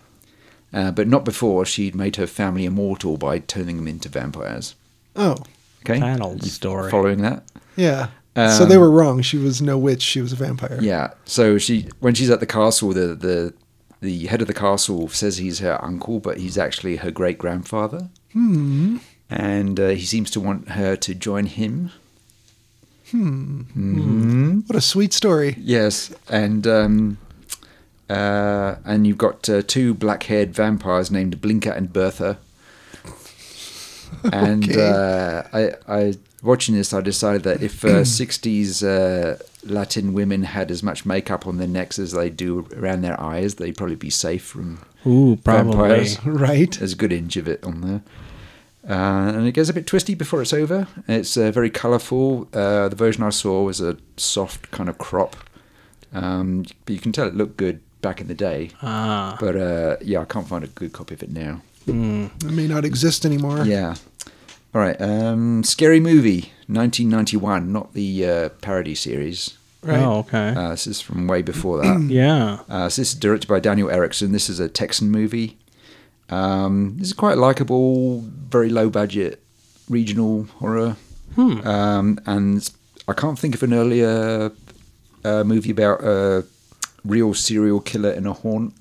Speaker 3: Uh, but not before she'd made her family immortal by turning them into vampires.
Speaker 1: Oh.
Speaker 3: Okay,
Speaker 2: That old story.
Speaker 3: Following that,
Speaker 1: Yeah. so
Speaker 2: Um,
Speaker 1: they were wrong. She was no witch. She was a vampire.
Speaker 3: Yeah. So she when she's at the castle, the the the head of the castle says he's her uncle, but he's actually her great grandfather. Hmm. And uh, he seems to want her to join him.
Speaker 1: What a sweet story.
Speaker 3: Yes. And um, uh, and you've got uh, two black-haired vampires named Blinker and Bertha. And
Speaker 1: Okay.
Speaker 3: uh, I, I watching this, I decided that if uh, '60s uh, Latin women had as much makeup on their necks as they do around their eyes, they'd probably be safe from
Speaker 2: Ooh, probably.
Speaker 3: vampires.
Speaker 1: Right.
Speaker 3: There's a good inch of it on there. Uh, and it gets a bit twisty before it's over. It's uh, very colourful. Uh, the version I saw was a soft kind of crop. Um, but you can tell it looked good back in the day.
Speaker 2: Ah, hmm.
Speaker 3: But uh, yeah, I can't find a good copy of it now.
Speaker 1: It may not exist anymore.
Speaker 3: Yeah. All right. Um, Scary Movie, 1991, not the uh, parody series.
Speaker 1: Right.
Speaker 2: oh, okay.
Speaker 3: Uh, this is from way before that.
Speaker 2: yeah.
Speaker 3: Uh, so this is directed by Daniel Erickson. This is a Texan movie. Um, this is quite likable, very low budget regional horror. Um, and I can't think of an earlier uh, movie about a real serial killer in a haunt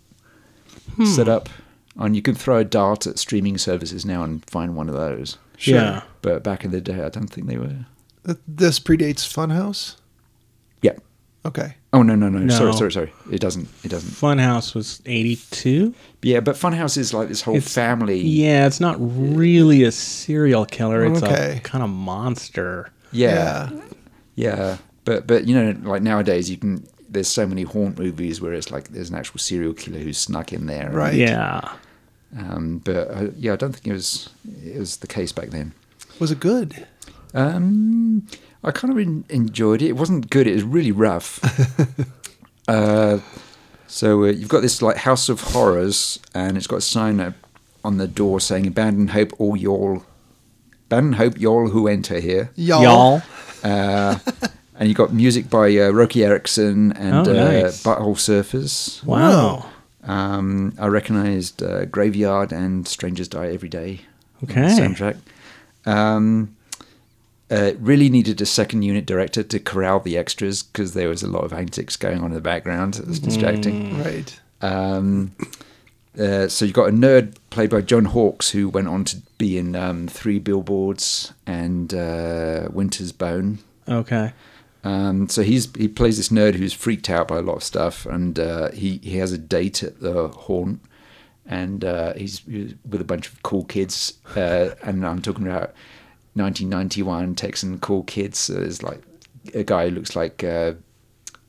Speaker 3: setup. And you can throw a dart at streaming services now and find one of those.
Speaker 2: Sure. Yeah.
Speaker 3: But back in the day, I don't think they were.
Speaker 1: Th- This predates Funhouse.
Speaker 3: Yeah.
Speaker 1: Okay.
Speaker 3: Oh no no no!
Speaker 2: No.
Speaker 3: Sorry sorry sorry. It doesn't. It doesn't.
Speaker 2: Funhouse was 82?
Speaker 3: Yeah, but Funhouse is like this whole
Speaker 2: It's-
Speaker 3: family.
Speaker 2: Yeah, it's not really a serial killer. It's
Speaker 1: Okay.
Speaker 2: a kind of monster.
Speaker 3: Yeah, yeah, But but you know, like nowadays, you can. There's so many haunt movies where it's like there's an actual serial killer who's snuck in there.
Speaker 1: Right.
Speaker 2: Yeah.
Speaker 3: Um, but uh, yeah, I don't think it was it was the case back then.
Speaker 1: Was it good?
Speaker 3: Um, I kind of en- enjoyed it. It wasn't good. It was really rough. uh, so uh, you've got this like House of Horrors, and it's got a sign up on the door saying "Abandon hope, all y'all." Abandon hope, y'all who enter here.
Speaker 1: Y'all.
Speaker 2: Y'all.
Speaker 3: uh, and you got music by uh, Rocky Erickson and
Speaker 2: Oh,
Speaker 3: uh,
Speaker 2: nice.
Speaker 3: Butthole Surfers.
Speaker 2: Wow.
Speaker 3: Um, I recognised uh, Graveyard and Strangers Die Every Day. on the
Speaker 2: Okay.
Speaker 3: soundtrack. Um, uh, it really needed a second unit director to corral the extras because there was a lot of antics going on in the background. It was
Speaker 2: Mm.
Speaker 3: distracting.
Speaker 1: Right.
Speaker 3: Um, uh, so you got a nerd played by John Hawkes who went on to be in um, Three Billboards and uh, Winter's Bone
Speaker 2: Okay.
Speaker 3: Um, so he's he plays this nerd who's freaked out by a lot of stuff, and uh, he he has a date at the haunt, and uh, he's, he's with a bunch of cool kids, uh, and I'm talking about 1991 Texan cool kids. So there's like a guy who looks like. Uh,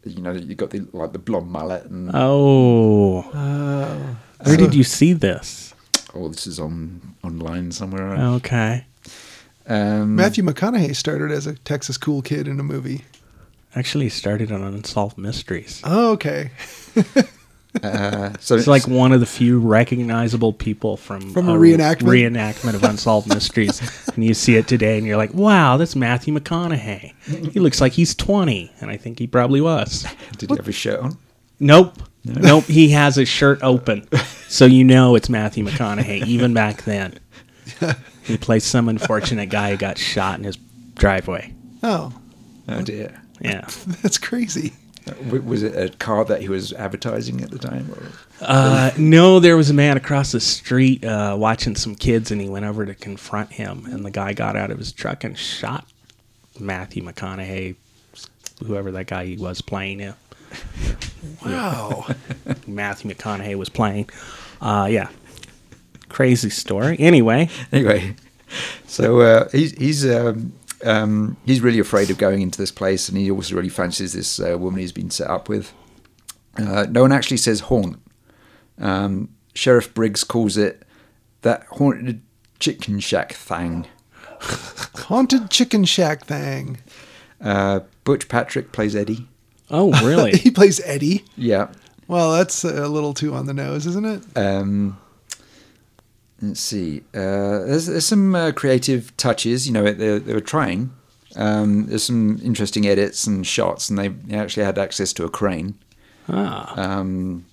Speaker 3: you know, you got the like the blonde mullet, and
Speaker 2: Oh.
Speaker 1: Uh,
Speaker 2: Where did you see this?
Speaker 3: oh, this is on online somewhere. right?
Speaker 2: Oh. Okay.
Speaker 3: Um,
Speaker 1: Matthew McConaughey started as a Texas cool kid in a movie.
Speaker 2: Actually, it started on Unsolved Mysteries.
Speaker 1: Oh, okay.
Speaker 3: uh, so
Speaker 2: It's like one of the few recognizable people from
Speaker 1: From a reenactment?
Speaker 2: reenactment of Unsolved Mysteries, and you see it today, and you're like, "Wow, that's Matthew McConaughey. He looks like he's 20, and I think he probably was."
Speaker 3: did he have his shirt on?
Speaker 2: Nope, nope. He has his shirt open, so you know it's Matthew McConaughey. Even back then, he plays some unfortunate guy who got shot in his driveway.
Speaker 1: Oh,
Speaker 3: Oh dear. Uh,
Speaker 2: Yeah,
Speaker 1: that's crazy.
Speaker 3: W- Was it a car that he was advertising at the time? Or?
Speaker 2: Uh, no, there was a man across the street uh, watching some kids, and he went over to confront him. And the guy got out of his truck and shot Matthew McConaughey, whoever that guy he was playing him.
Speaker 1: Wow.
Speaker 2: Matthew McConaughey was playing. Uh, yeah, crazy story. Anyway,
Speaker 3: anyway, so uh, he's he's um, um, he's really afraid of going into this place, and he also really fancies this uh, woman he's been set up with. Uh, no one actually says haunt. Um, Sheriff Briggs calls it that haunted chicken shack thing.
Speaker 1: Haunted chicken shack thing.
Speaker 3: Uh, Butch Patrick plays Eddie.
Speaker 2: oh really?
Speaker 1: He plays Eddie.
Speaker 3: Yeah.
Speaker 1: Well, that's a little too on the nose, isn't it?
Speaker 3: Um, let's see. Uh, there's, there's some uh, creative touches. You know, they, they were trying. Um, there's some interesting edits and shots, and they, they actually had access to a crane.
Speaker 2: ah,
Speaker 3: Um,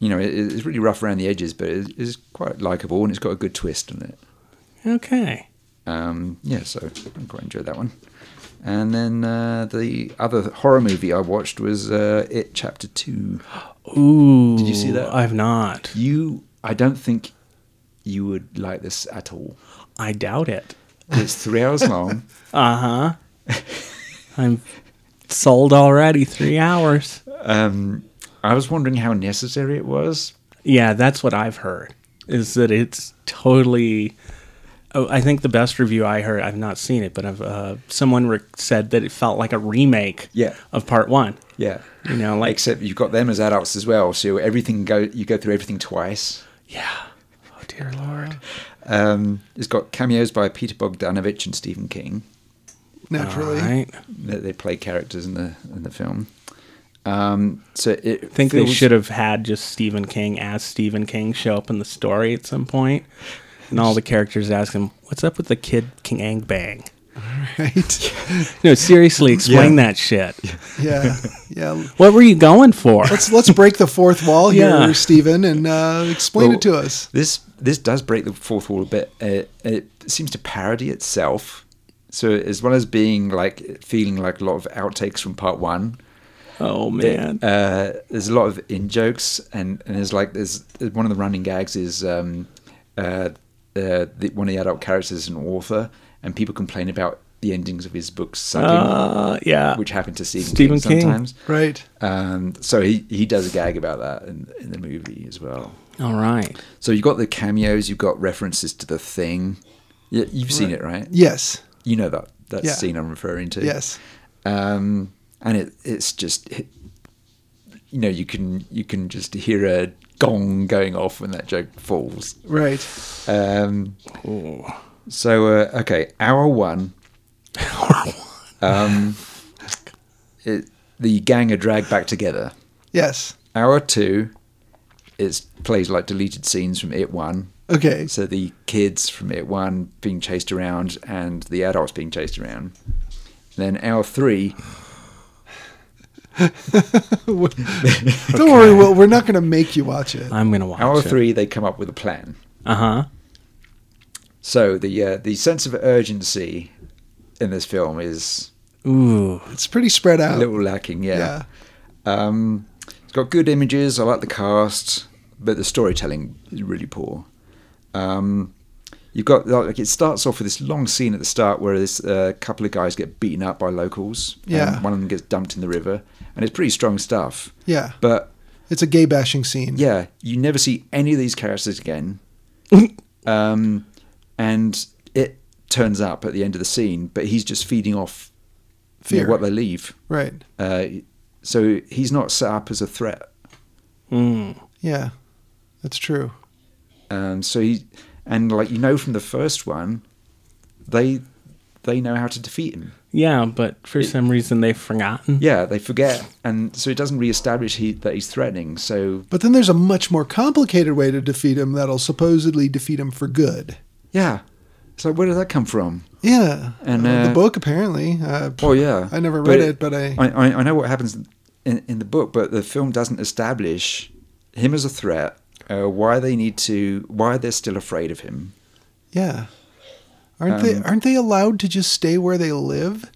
Speaker 3: you know, it, it's really rough around the edges, but it's, it's quite likable, and it's got a good twist on it.
Speaker 2: okay.
Speaker 3: Um, yeah, so I quite enjoyed that one. And then uh, the other horror movie I watched was uh, It Chapter Two.
Speaker 2: Ooh,
Speaker 3: Did you see that?
Speaker 2: I've not.
Speaker 3: You, I don't think you would like this at all.
Speaker 2: I doubt it.
Speaker 3: It's three hours long.
Speaker 2: Uh huh. I'm sold already. Three hours.
Speaker 3: Um, I was wondering how necessary it was.
Speaker 2: Yeah, that's what I've heard. Is that it's totally. Oh, I think the best review I heard. I've not seen it, but I've, uh, someone re- said that it felt like a remake.
Speaker 3: Yeah.
Speaker 2: Of part one.
Speaker 3: Yeah,
Speaker 2: You know, like
Speaker 3: except you've got them as adults as well, so everything go you go through everything twice.
Speaker 2: yeah. Oh dear lord.
Speaker 3: Um, it's got cameos by Peter Bogdanovich and Stephen King.
Speaker 1: Naturally.
Speaker 2: All right.
Speaker 3: They, they play characters in the in the film. Um, so it
Speaker 2: I think they
Speaker 3: feels-
Speaker 2: should have had just Stephen King as Stephen King show up in the story at some point, and all the characters ask him, "What's up with the kid King Bang?"
Speaker 1: Right.
Speaker 2: No, seriously, explain
Speaker 3: Yeah.
Speaker 2: that shit.
Speaker 1: Yeah. Yeah.
Speaker 2: What were you going for?
Speaker 1: Let's let's break the fourth wall here,
Speaker 2: Yeah.
Speaker 1: Stephen, and uh, explain
Speaker 3: Well,
Speaker 1: it to us.
Speaker 3: This this does break the fourth wall a bit. Uh, it seems to parody itself. So as well as being like feeling like a lot of outtakes from part one,
Speaker 2: oh man.
Speaker 3: Uh, there's a lot of in jokes, and, and there's like there's there's one of the running gags is um, uh, uh, the, one of the adult characters is an author, and people complain about the endings of his books sucking,
Speaker 2: Uh, yeah.
Speaker 3: um, which happen to Stephen,
Speaker 2: Stephen
Speaker 3: King,
Speaker 2: King.
Speaker 3: sometimes.
Speaker 1: Right.
Speaker 3: Um, so he, he does a gag about that in, in the movie as well.
Speaker 2: All right.
Speaker 3: So you've got the cameos, you've got references to the thing. Yeah, you've seen it, right?
Speaker 1: Yes.
Speaker 3: You know that that
Speaker 1: Yeah.
Speaker 3: scene I'm referring to
Speaker 1: Yes.
Speaker 3: um, and it, it's just it, you know you can you can just hear a gong going off when that joke falls.
Speaker 1: Right.
Speaker 3: Um, so uh, okay, hour one. Um, it, the gang are dragged back together.
Speaker 1: Yes.
Speaker 3: Hour two, it plays like deleted scenes from It One.
Speaker 1: Okay.
Speaker 3: So the kids from it one being chased around and the adults being chased around. Then hour three,
Speaker 1: Don't worry, Will. We're not going to make you watch
Speaker 3: Uh,
Speaker 1: it.
Speaker 2: I'm gonna watch
Speaker 3: hour
Speaker 2: it.
Speaker 3: three, they come up with a plan.
Speaker 2: Uh huh.
Speaker 3: So the uh, the sense of urgency in this film is
Speaker 2: Ooh.
Speaker 1: It's pretty spread
Speaker 3: a
Speaker 1: out.
Speaker 3: little lacking. Yeah, Um, it's got good images. I like the cast, but the storytelling is really poor. Um, you've got like it starts off with this long scene at the start where this uh, couple of guys get beaten up by locals. and
Speaker 1: Yeah.
Speaker 3: one of them gets dumped in the river, and it's pretty strong stuff.
Speaker 1: Yeah.
Speaker 3: But
Speaker 1: It's a gay bashing scene.
Speaker 3: yeah, you never see any of these characters again. um, and it turns up at the end of the scene, but he's just feeding off you know,
Speaker 1: Fear.
Speaker 3: what they leave.
Speaker 1: Right.
Speaker 3: Uh, so he's not set up as a threat.
Speaker 2: Mm.
Speaker 1: Yeah. That's true.
Speaker 3: Um, so he, and like you know from the first one, they they know how to defeat him.
Speaker 2: Yeah, but for some reason they've forgotten.
Speaker 3: Yeah, they forget, and so it doesn't reestablish he, that he's threatening. So
Speaker 1: But then there's a much more complicated way to defeat him that'll supposedly defeat him for good.
Speaker 3: yeah, it's like where did that come from?
Speaker 1: Yeah.
Speaker 3: And,
Speaker 1: Uh, the
Speaker 3: uh,
Speaker 1: book apparently. Uh,
Speaker 3: Oh yeah,
Speaker 1: I never
Speaker 3: But
Speaker 1: read it, but I-
Speaker 3: I, I I know what happens in in the book, but the film doesn't establish him as a threat. Uh, why they need to? Why they're still afraid of him?
Speaker 1: Yeah. Aren't they aren't they allowed to just stay where they live?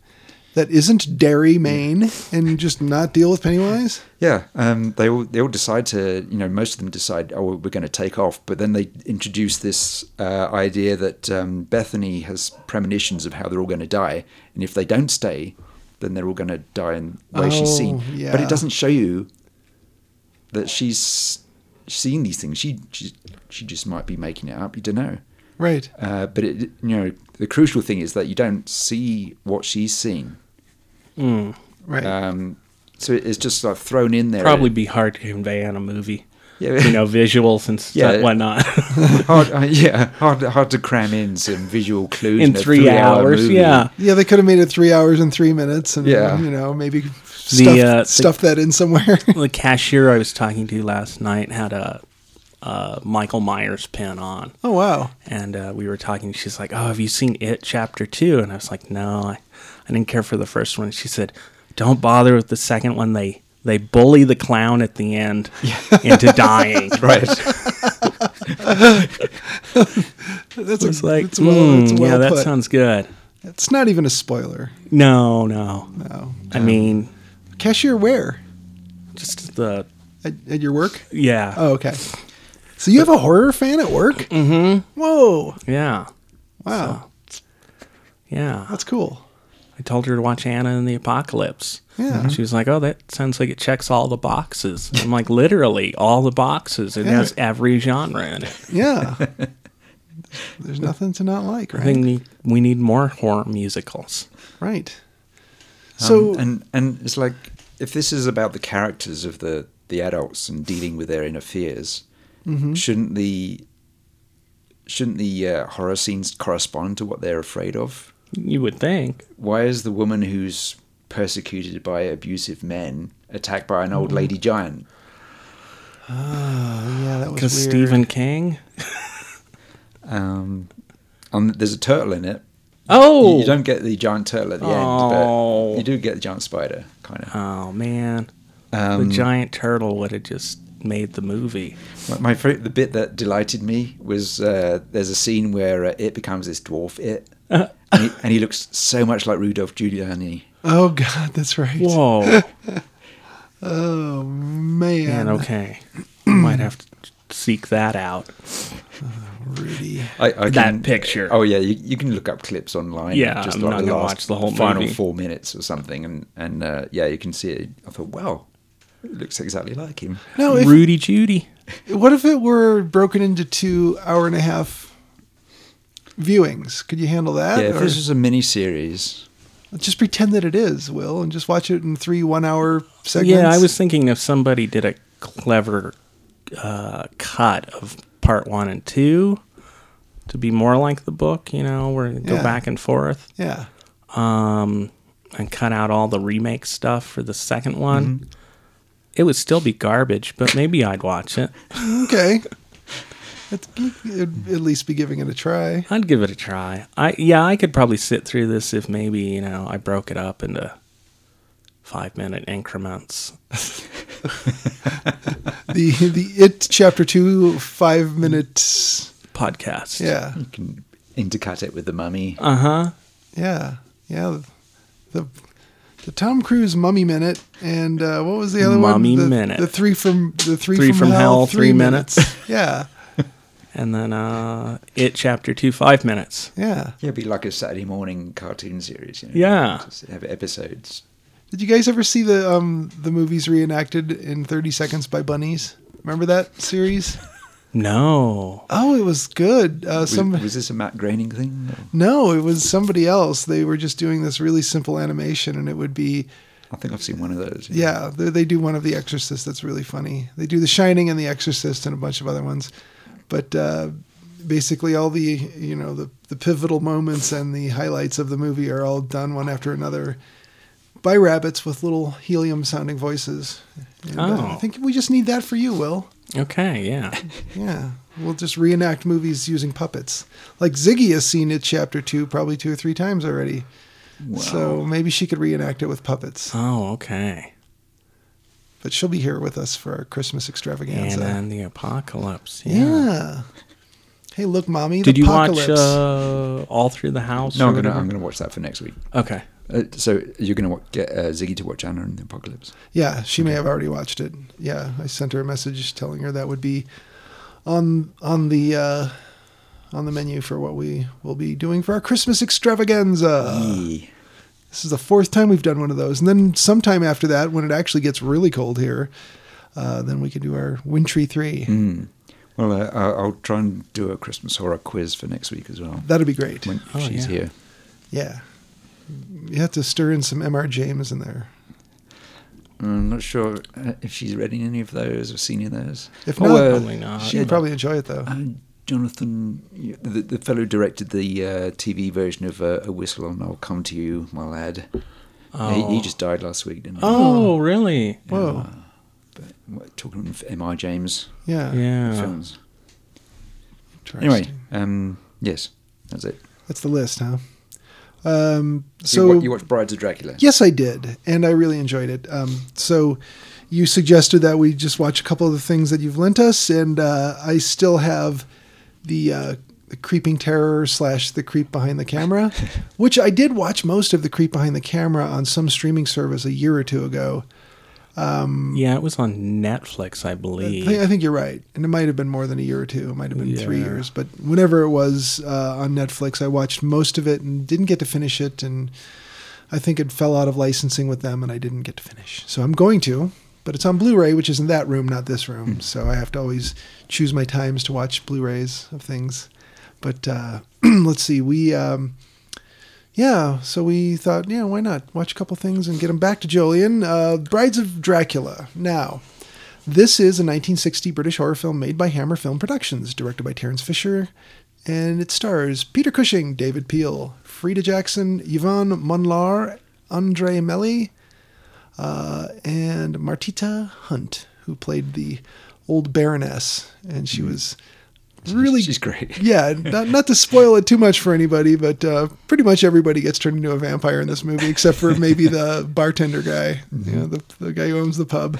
Speaker 1: That isn't Derry, Maine, and just not deal with Pennywise?
Speaker 3: Yeah, um, they all they all decide to you know most of them decide oh we're going to take off, but then they introduce this uh, idea that um, Bethany has premonitions of how they're all going to die, and if they don't stay, then they're all going to die in the way she's
Speaker 1: Oh,
Speaker 3: seen. But
Speaker 1: yeah.
Speaker 3: it doesn't show you that she's seen these things. She she, she just might be making it up. You don't know.
Speaker 1: Right.
Speaker 3: Uh, but it, you know the crucial thing is that you don't see what she's seen.
Speaker 1: Right.
Speaker 3: Um, so it- it's just like thrown in there.
Speaker 2: Probably be hard to convey on a movie.
Speaker 3: Yeah.
Speaker 2: You know, visuals and stuff,
Speaker 3: Yeah.
Speaker 2: whatnot.
Speaker 3: hard, uh, yeah, hard, hard to cram in some visual clues
Speaker 2: in
Speaker 3: a
Speaker 2: three,
Speaker 3: three-hour
Speaker 2: hours.
Speaker 3: movie. Um,
Speaker 2: Yeah.
Speaker 1: yeah, they could have made it three hours and three minutes, and
Speaker 3: Yeah.
Speaker 1: you know maybe stuff,
Speaker 2: uh, the-
Speaker 1: stuff that in somewhere.
Speaker 2: The cashier I was talking to last night had a, a Michael Myers pin on.
Speaker 1: oh wow,
Speaker 2: and uh, we were talking. She's like, "Oh, have you seen it chapter two? And I was like, "No, I, I didn't care for the first one." She said, "Don't bother with the second one. They they bully the clown at the end into dying."
Speaker 3: right.
Speaker 1: that's
Speaker 2: It's
Speaker 1: a,
Speaker 2: like,
Speaker 1: it's well, it's
Speaker 2: "Mm,
Speaker 1: well
Speaker 2: yeah, that
Speaker 1: put.
Speaker 2: sounds good.
Speaker 1: it's not even a spoiler.
Speaker 2: No, no.
Speaker 1: No,
Speaker 2: I mean,
Speaker 1: cashier where
Speaker 2: just the
Speaker 1: at, at your work?
Speaker 2: yeah,
Speaker 1: Oh okay. So you have a horror fan at work? Mm-hmm. Whoa!
Speaker 2: yeah,
Speaker 1: Wow,
Speaker 2: yeah.
Speaker 1: that's cool.
Speaker 2: I told her to watch Anna and the Apocalypse.
Speaker 1: Yeah.
Speaker 2: She was like, "Oh, that sounds like it checks all the boxes." I'm like, "Literally all the boxes. It
Speaker 1: Yeah.
Speaker 2: has every genre in it."
Speaker 1: Yeah. There's nothing to not like,
Speaker 2: I
Speaker 1: right?
Speaker 2: think we- we need more horror musicals.
Speaker 1: Right.
Speaker 3: So
Speaker 1: So
Speaker 3: and and it's like if this is about the characters of the the adults and dealing with their inner fears, shouldn't the shouldn't the uh, horror scenes correspond to what they're afraid of?
Speaker 2: You would think.
Speaker 3: Why is the woman who's persecuted by abusive men attacked by an old lady giant?
Speaker 1: yeah, that was weird.
Speaker 2: Because Stephen King.
Speaker 3: Um, and there's a turtle in it, You-
Speaker 2: Oh!
Speaker 3: You don't get the giant turtle at the
Speaker 2: Oh.
Speaker 3: end, but you do get the giant spider, kind of.
Speaker 2: oh, man.
Speaker 3: Um,
Speaker 2: the giant turtle would have just made the movie.
Speaker 3: My, my favorite, the bit that delighted me was uh, there's a scene where uh, it becomes this dwarf it,
Speaker 2: Uh-huh.
Speaker 3: and, he, and he looks so much like Rudolph Giuliani.
Speaker 1: Oh god, that's right.
Speaker 2: Whoa.
Speaker 1: Oh man,
Speaker 2: man, okay. Might have to seek that out.
Speaker 1: Rudy.
Speaker 3: I, I
Speaker 2: That picture.
Speaker 3: Oh yeah, you, you can look up clips online.
Speaker 2: Yeah, I'm not
Speaker 3: the
Speaker 2: gonna
Speaker 3: last-
Speaker 2: watch the whole
Speaker 3: final
Speaker 2: movie.
Speaker 3: four minutes or something, and and uh, yeah, you can see it. I thought, wow, it looks exactly like him.
Speaker 2: Uh-huh.
Speaker 1: No, if,
Speaker 2: Rudy Judy.
Speaker 1: what if it were broken into two hour and a half viewings? Could you handle that?
Speaker 3: Yeah, if
Speaker 1: Or
Speaker 3: this was a mini series,
Speaker 1: just pretend that it is, Will, and just watch it in three one hour segments.
Speaker 2: Yeah, I was thinking if somebody did a clever uh, cut of part one and two to be more like the book, you know, where you go
Speaker 1: Yeah.
Speaker 2: back and forth.
Speaker 1: Yeah,
Speaker 2: um, and cut out all the remake stuff for the second one,
Speaker 1: Mm-hmm.
Speaker 2: it would still be garbage, but maybe I'd watch it.
Speaker 1: okay. That's, it'd at least be giving it a try.
Speaker 2: I'd give it a try. I yeah, I could probably sit through this if maybe you know I broke it up into five minute increments.
Speaker 1: The the it chapter two five minutes.
Speaker 2: Podcast.
Speaker 1: Yeah,
Speaker 3: you can intercut it with the mummy.
Speaker 2: Uh huh.
Speaker 1: yeah, yeah. The the Tom Cruise mummy minute and uh, what was the other one?
Speaker 2: Mummy
Speaker 1: the,
Speaker 2: Minute.
Speaker 1: The three from the three,
Speaker 2: Three from Hell, three minutes.
Speaker 1: yeah.
Speaker 2: and then uh, it chapter two five minutes.
Speaker 1: Yeah.
Speaker 3: Yeah, it'd be like a Saturday morning cartoon series. You know,
Speaker 2: Yeah.
Speaker 3: just have episodes.
Speaker 1: Did you guys ever see the um the movies reenacted in 30 seconds by bunnies? Remember that series?
Speaker 2: No,
Speaker 1: Oh, it was good. Uh,
Speaker 3: Was,
Speaker 1: some
Speaker 3: was this a Matt Groening thing? Or-
Speaker 1: no, it was somebody else. They were just doing this really simple animation, and it would be
Speaker 3: I think I've seen one of those.
Speaker 1: yeah. They, they do one of The Exorcist that's really funny. They do The Shining and The Exorcist and a bunch of other ones, but uh, basically all the you know the the pivotal moments and the highlights of the movie are all done one after another by rabbits with little helium sounding voices. And, uh,
Speaker 2: Oh.
Speaker 1: I think we just need that for you, Will.
Speaker 2: okay, yeah,
Speaker 1: Yeah, we'll just reenact movies using puppets. Like Ziggy has seen it chapter two probably two or three times already.
Speaker 3: Wow.
Speaker 1: So maybe she could reenact it with puppets.
Speaker 2: oh, okay,
Speaker 1: But she'll be here with us for our Christmas extravaganza.
Speaker 2: and then the apocalypse.
Speaker 1: uh, yeah. Hey, look, mommy.
Speaker 2: Did
Speaker 1: the
Speaker 2: you
Speaker 1: apocalypse.
Speaker 2: watch uh, all through the house?
Speaker 3: No,
Speaker 2: or
Speaker 3: I'm gonna
Speaker 2: whatever?
Speaker 3: I'm gonna watch that for next week.
Speaker 2: Okay.
Speaker 3: Uh, so you're gonna wa- get uh, Ziggy to watch Anna and the Apocalypse.
Speaker 1: Yeah, she may have already watched it. Yeah, I sent her a message telling her that would be on on the uh, on the menu for what we will be doing for our Christmas extravaganza.
Speaker 3: Yee.
Speaker 1: This is the fourth time we've done one of those. And then sometime after that, when it actually gets really cold here, uh, then we can do our wintry three.
Speaker 2: Mm.
Speaker 3: Well, uh, I- I'll try and do a Christmas horror quiz for next week as well.
Speaker 1: That'd be great.
Speaker 3: When
Speaker 2: Oh,
Speaker 3: she's
Speaker 2: yeah.
Speaker 3: here.
Speaker 1: Yeah. You have to stir in some MR James in there.
Speaker 3: I'm not sure uh, if she's read any of those or seen any of those.
Speaker 1: If
Speaker 2: Oh,
Speaker 1: not,
Speaker 2: uh, Probably not.
Speaker 1: she'd
Speaker 2: yeah.
Speaker 1: probably enjoy it though.
Speaker 3: Uh, Jonathan, you- the, the fellow who directed the uh, TV version of uh, A Whistle and I'll Come to You, my lad. He, he
Speaker 2: Oh.
Speaker 3: just died last week, didn't he?
Speaker 2: Oh, really?
Speaker 1: Whoa.
Speaker 3: But we're talking of M.I. James
Speaker 1: Yeah.
Speaker 2: Yeah.
Speaker 3: films.
Speaker 1: Interesting.
Speaker 3: Anyway, um, yes, that's it.
Speaker 1: That's the list, huh? Um,
Speaker 3: So you,
Speaker 1: so
Speaker 3: wa- you watched Brides of Dracula?
Speaker 1: Yes, I did, and I really enjoyed it. Um, so, you suggested that we just watch a couple of the things that you've lent us, and uh, I still have the, uh, the creeping terror slash the creep behind the camera, which I did watch most of the creep behind the camera on some streaming service a year or two ago.
Speaker 2: Yeah, it was on Netflix, I
Speaker 1: I
Speaker 2: believe.
Speaker 1: think, I think you're right, and it might have been more than a year or two. It might have been three
Speaker 2: Yeah.
Speaker 1: years, but whenever it was uh, on Netflix, I watched most of it and didn't get to finish it, and I think it fell out of licensing with them, and I didn't get to finish. So I'm going to, but it's on Blu-ray, which is in that room, not this room.
Speaker 2: Hmm.
Speaker 1: So I have to always choose my times to watch Blu-rays of things. But uh, let's see, we. Um, yeah, so we thought, yeah, why not watch a couple things and get them back to Jolien? Uh, Brides of Dracula. Now, this is a 1960 British horror film made by Hammer Film Productions, directed by Terrence Fisher, and it stars Peter Cushing, David Peel, Frida Jackson, Yvonne Monlar, Andre Melli, uh, and Martita Hunt, who played the old Baroness, and she was really
Speaker 3: She's great.
Speaker 1: yeah, not, not to spoil it too much for anybody, but uh, pretty much everybody gets turned into a vampire in this movie, except for maybe the bartender guy, you know, the, the guy who owns the pub.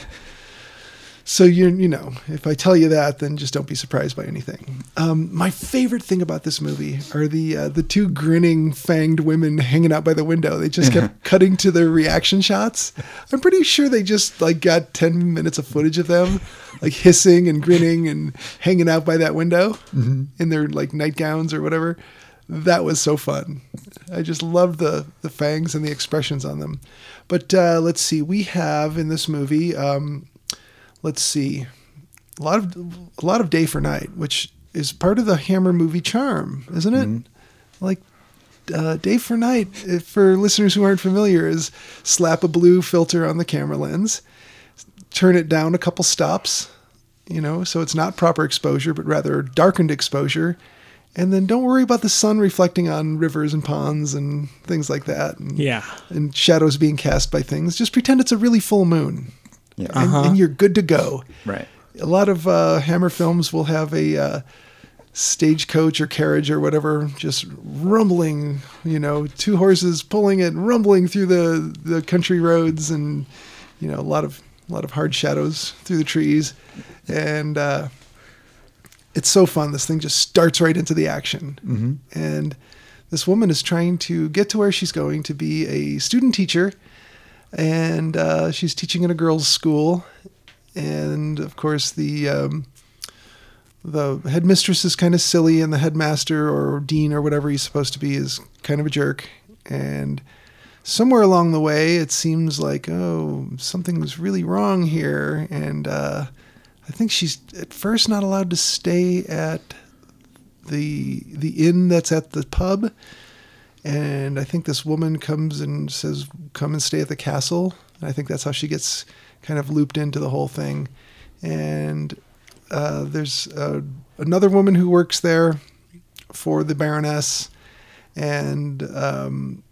Speaker 1: So you you know, if I tell you that, then just don't be surprised by anything. Um, my favorite thing about this movie are the uh, the two grinning fanged women hanging out by the window. They just kept cutting to their reaction shots. I'm pretty sure they just like got ten minutes of footage of them, like hissing and grinning and hanging out by that window in their like nightgowns or whatever. That was so fun. I just loved the the fangs and the expressions on them. But uh, let's see, we have in this movie. Um, let's see a lot of a lot of day for night which is part of the hammer movie charm isn't it like uh, day for night if- for listeners who aren't familiar is slap a blue filter on the camera lens turn it down a couple stops you know so it's not proper exposure but rather darkened exposure and then don't worry about the sun reflecting on rivers and ponds and things like that and,
Speaker 2: Yeah.
Speaker 1: and shadows being cast by things just pretend it's a really full moon
Speaker 3: Yeah.
Speaker 1: and, and you're good to go.
Speaker 3: Right.
Speaker 1: A lot of uh, Hammer films will have a uh, stagecoach or carriage or whatever just rumbling, you know, two horses pulling it, rumbling through the, the country roads, and you know, a lot of a lot of hard shadows through the trees, and uh, it's so fun. This thing just starts right into the action, mm-hmm. and this woman is trying to get to where she's going to be a student teacher and uh, she's teaching in a girls' school. And of course, the um, the headmistress is kind of silly, and the headmaster or dean or whatever he's supposed to be is kind of a jerk. And somewhere along the way, it seems like oh something's really wrong here, and uh, I think she's at first not allowed to stay at the the inn that's at the pub. And I think this woman comes and says, "Come and stay at the castle." And I think that's how she gets kind of looped into the whole thing. And uh, there's uh, another woman who works there for the Baroness, and um,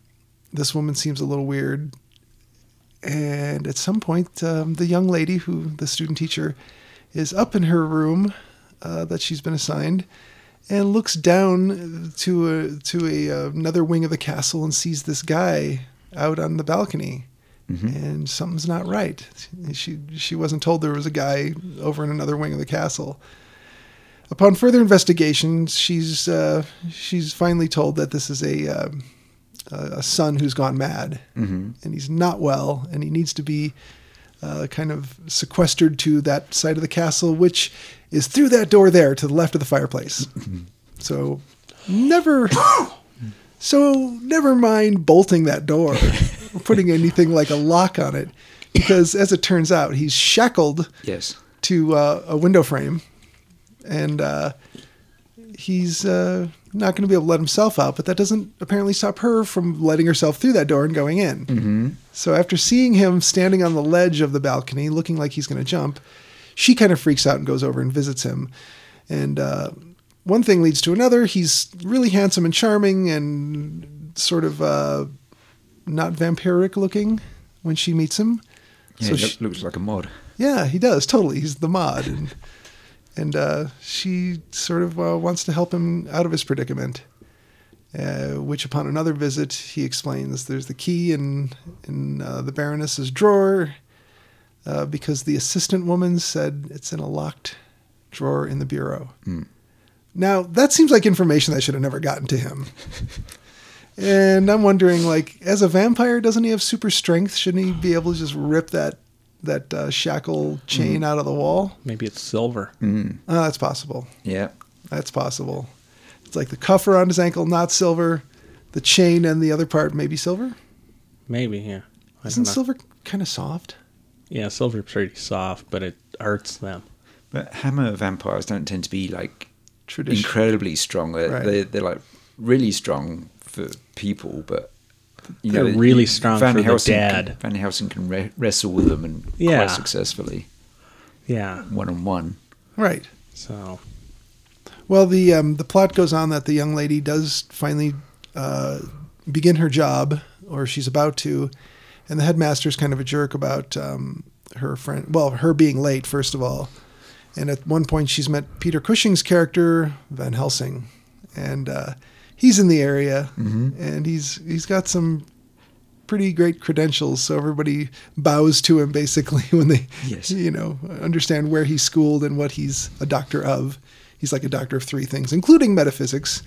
Speaker 1: this woman seems a little weird. And at some point, um, the young lady, who the student teacher, is up in her room uh, that she's been assigned, and looks down to a, to a, uh, another wing of the castle and sees this guy out on the balcony and something's not right. She she wasn't told there was a guy over in another wing of the castle. Upon further investigations, she's uh, she's finally told that this is a uh, a son who's gone mad, and he's not well, and he needs to be uh, kind of sequestered to that side of the castle, which is through that door there to the left of the fireplace. so never. So never mind bolting that door or putting anything like a lock on it, because as it turns out, he's shackled
Speaker 3: Yes.
Speaker 1: to uh, a window frame, and uh, he's uh, not going to be able to let himself out. But that doesn't apparently stop her from letting herself through that door and going in. Mm-hmm. So after seeing him standing on the ledge of the balcony, looking like he's going to jump, she kind of freaks out and goes over and visits him, and. Uh, one thing leads to another. He's really handsome and charming, and sort of uh, not vampiric looking when she meets him.
Speaker 3: Yeah,
Speaker 1: So
Speaker 3: it loo-
Speaker 1: she-
Speaker 3: looks like a mod.
Speaker 1: yeah, he does totally. He's the mod, and and uh, she sort of uh, wants to help him out of his predicament. Uh, which, upon another visit, he explains there's the key in in uh, the Baroness's drawer uh, because the assistant woman said it's in a locked drawer in the bureau. Now that seems like information that should have never gotten to him. And I'm wondering, like, as a vampire, doesn't he have super strength? Shouldn't he be able to just rip that that uh, shackle chain out of the wall?
Speaker 2: Maybe it's silver.
Speaker 3: Mm.
Speaker 1: Uh, that's possible.
Speaker 3: Yeah.
Speaker 1: That's possible. It's like the cuff around his ankle, not silver. The chain and the other part, maybe silver.
Speaker 2: Maybe, yeah. I
Speaker 1: Isn't
Speaker 2: don't know.
Speaker 1: silver kind of soft?
Speaker 2: Yeah, silver's pretty soft, but it hurts them.
Speaker 3: But hammer vampires don't tend to be like
Speaker 1: Tradition.
Speaker 3: incredibly strong. They're,
Speaker 1: Right.
Speaker 3: they're, they're like really strong for people, but you
Speaker 2: They're
Speaker 3: know,
Speaker 2: really strong for the
Speaker 3: can-
Speaker 2: dead.
Speaker 3: Van Helsing can re- wrestle with them and
Speaker 2: Yeah.
Speaker 3: quite successfully,
Speaker 2: Yeah.
Speaker 3: one on one.
Speaker 1: Right.
Speaker 2: So
Speaker 1: Well, the um, the plot goes on that the young lady does finally uh, begin her job, or she's about to, and the headmaster's kind of a jerk about um, her friend. Well, her being late first of all, and at one point she's met Peter Cushing's character Van Helsing, and uh, he's in the area, and he's he's got some pretty great credentials, so everybody bows to him basically when they,
Speaker 3: Yes.
Speaker 1: you know, understand where he's schooled and what he's a doctor of. He's like a doctor of three things, including metaphysics.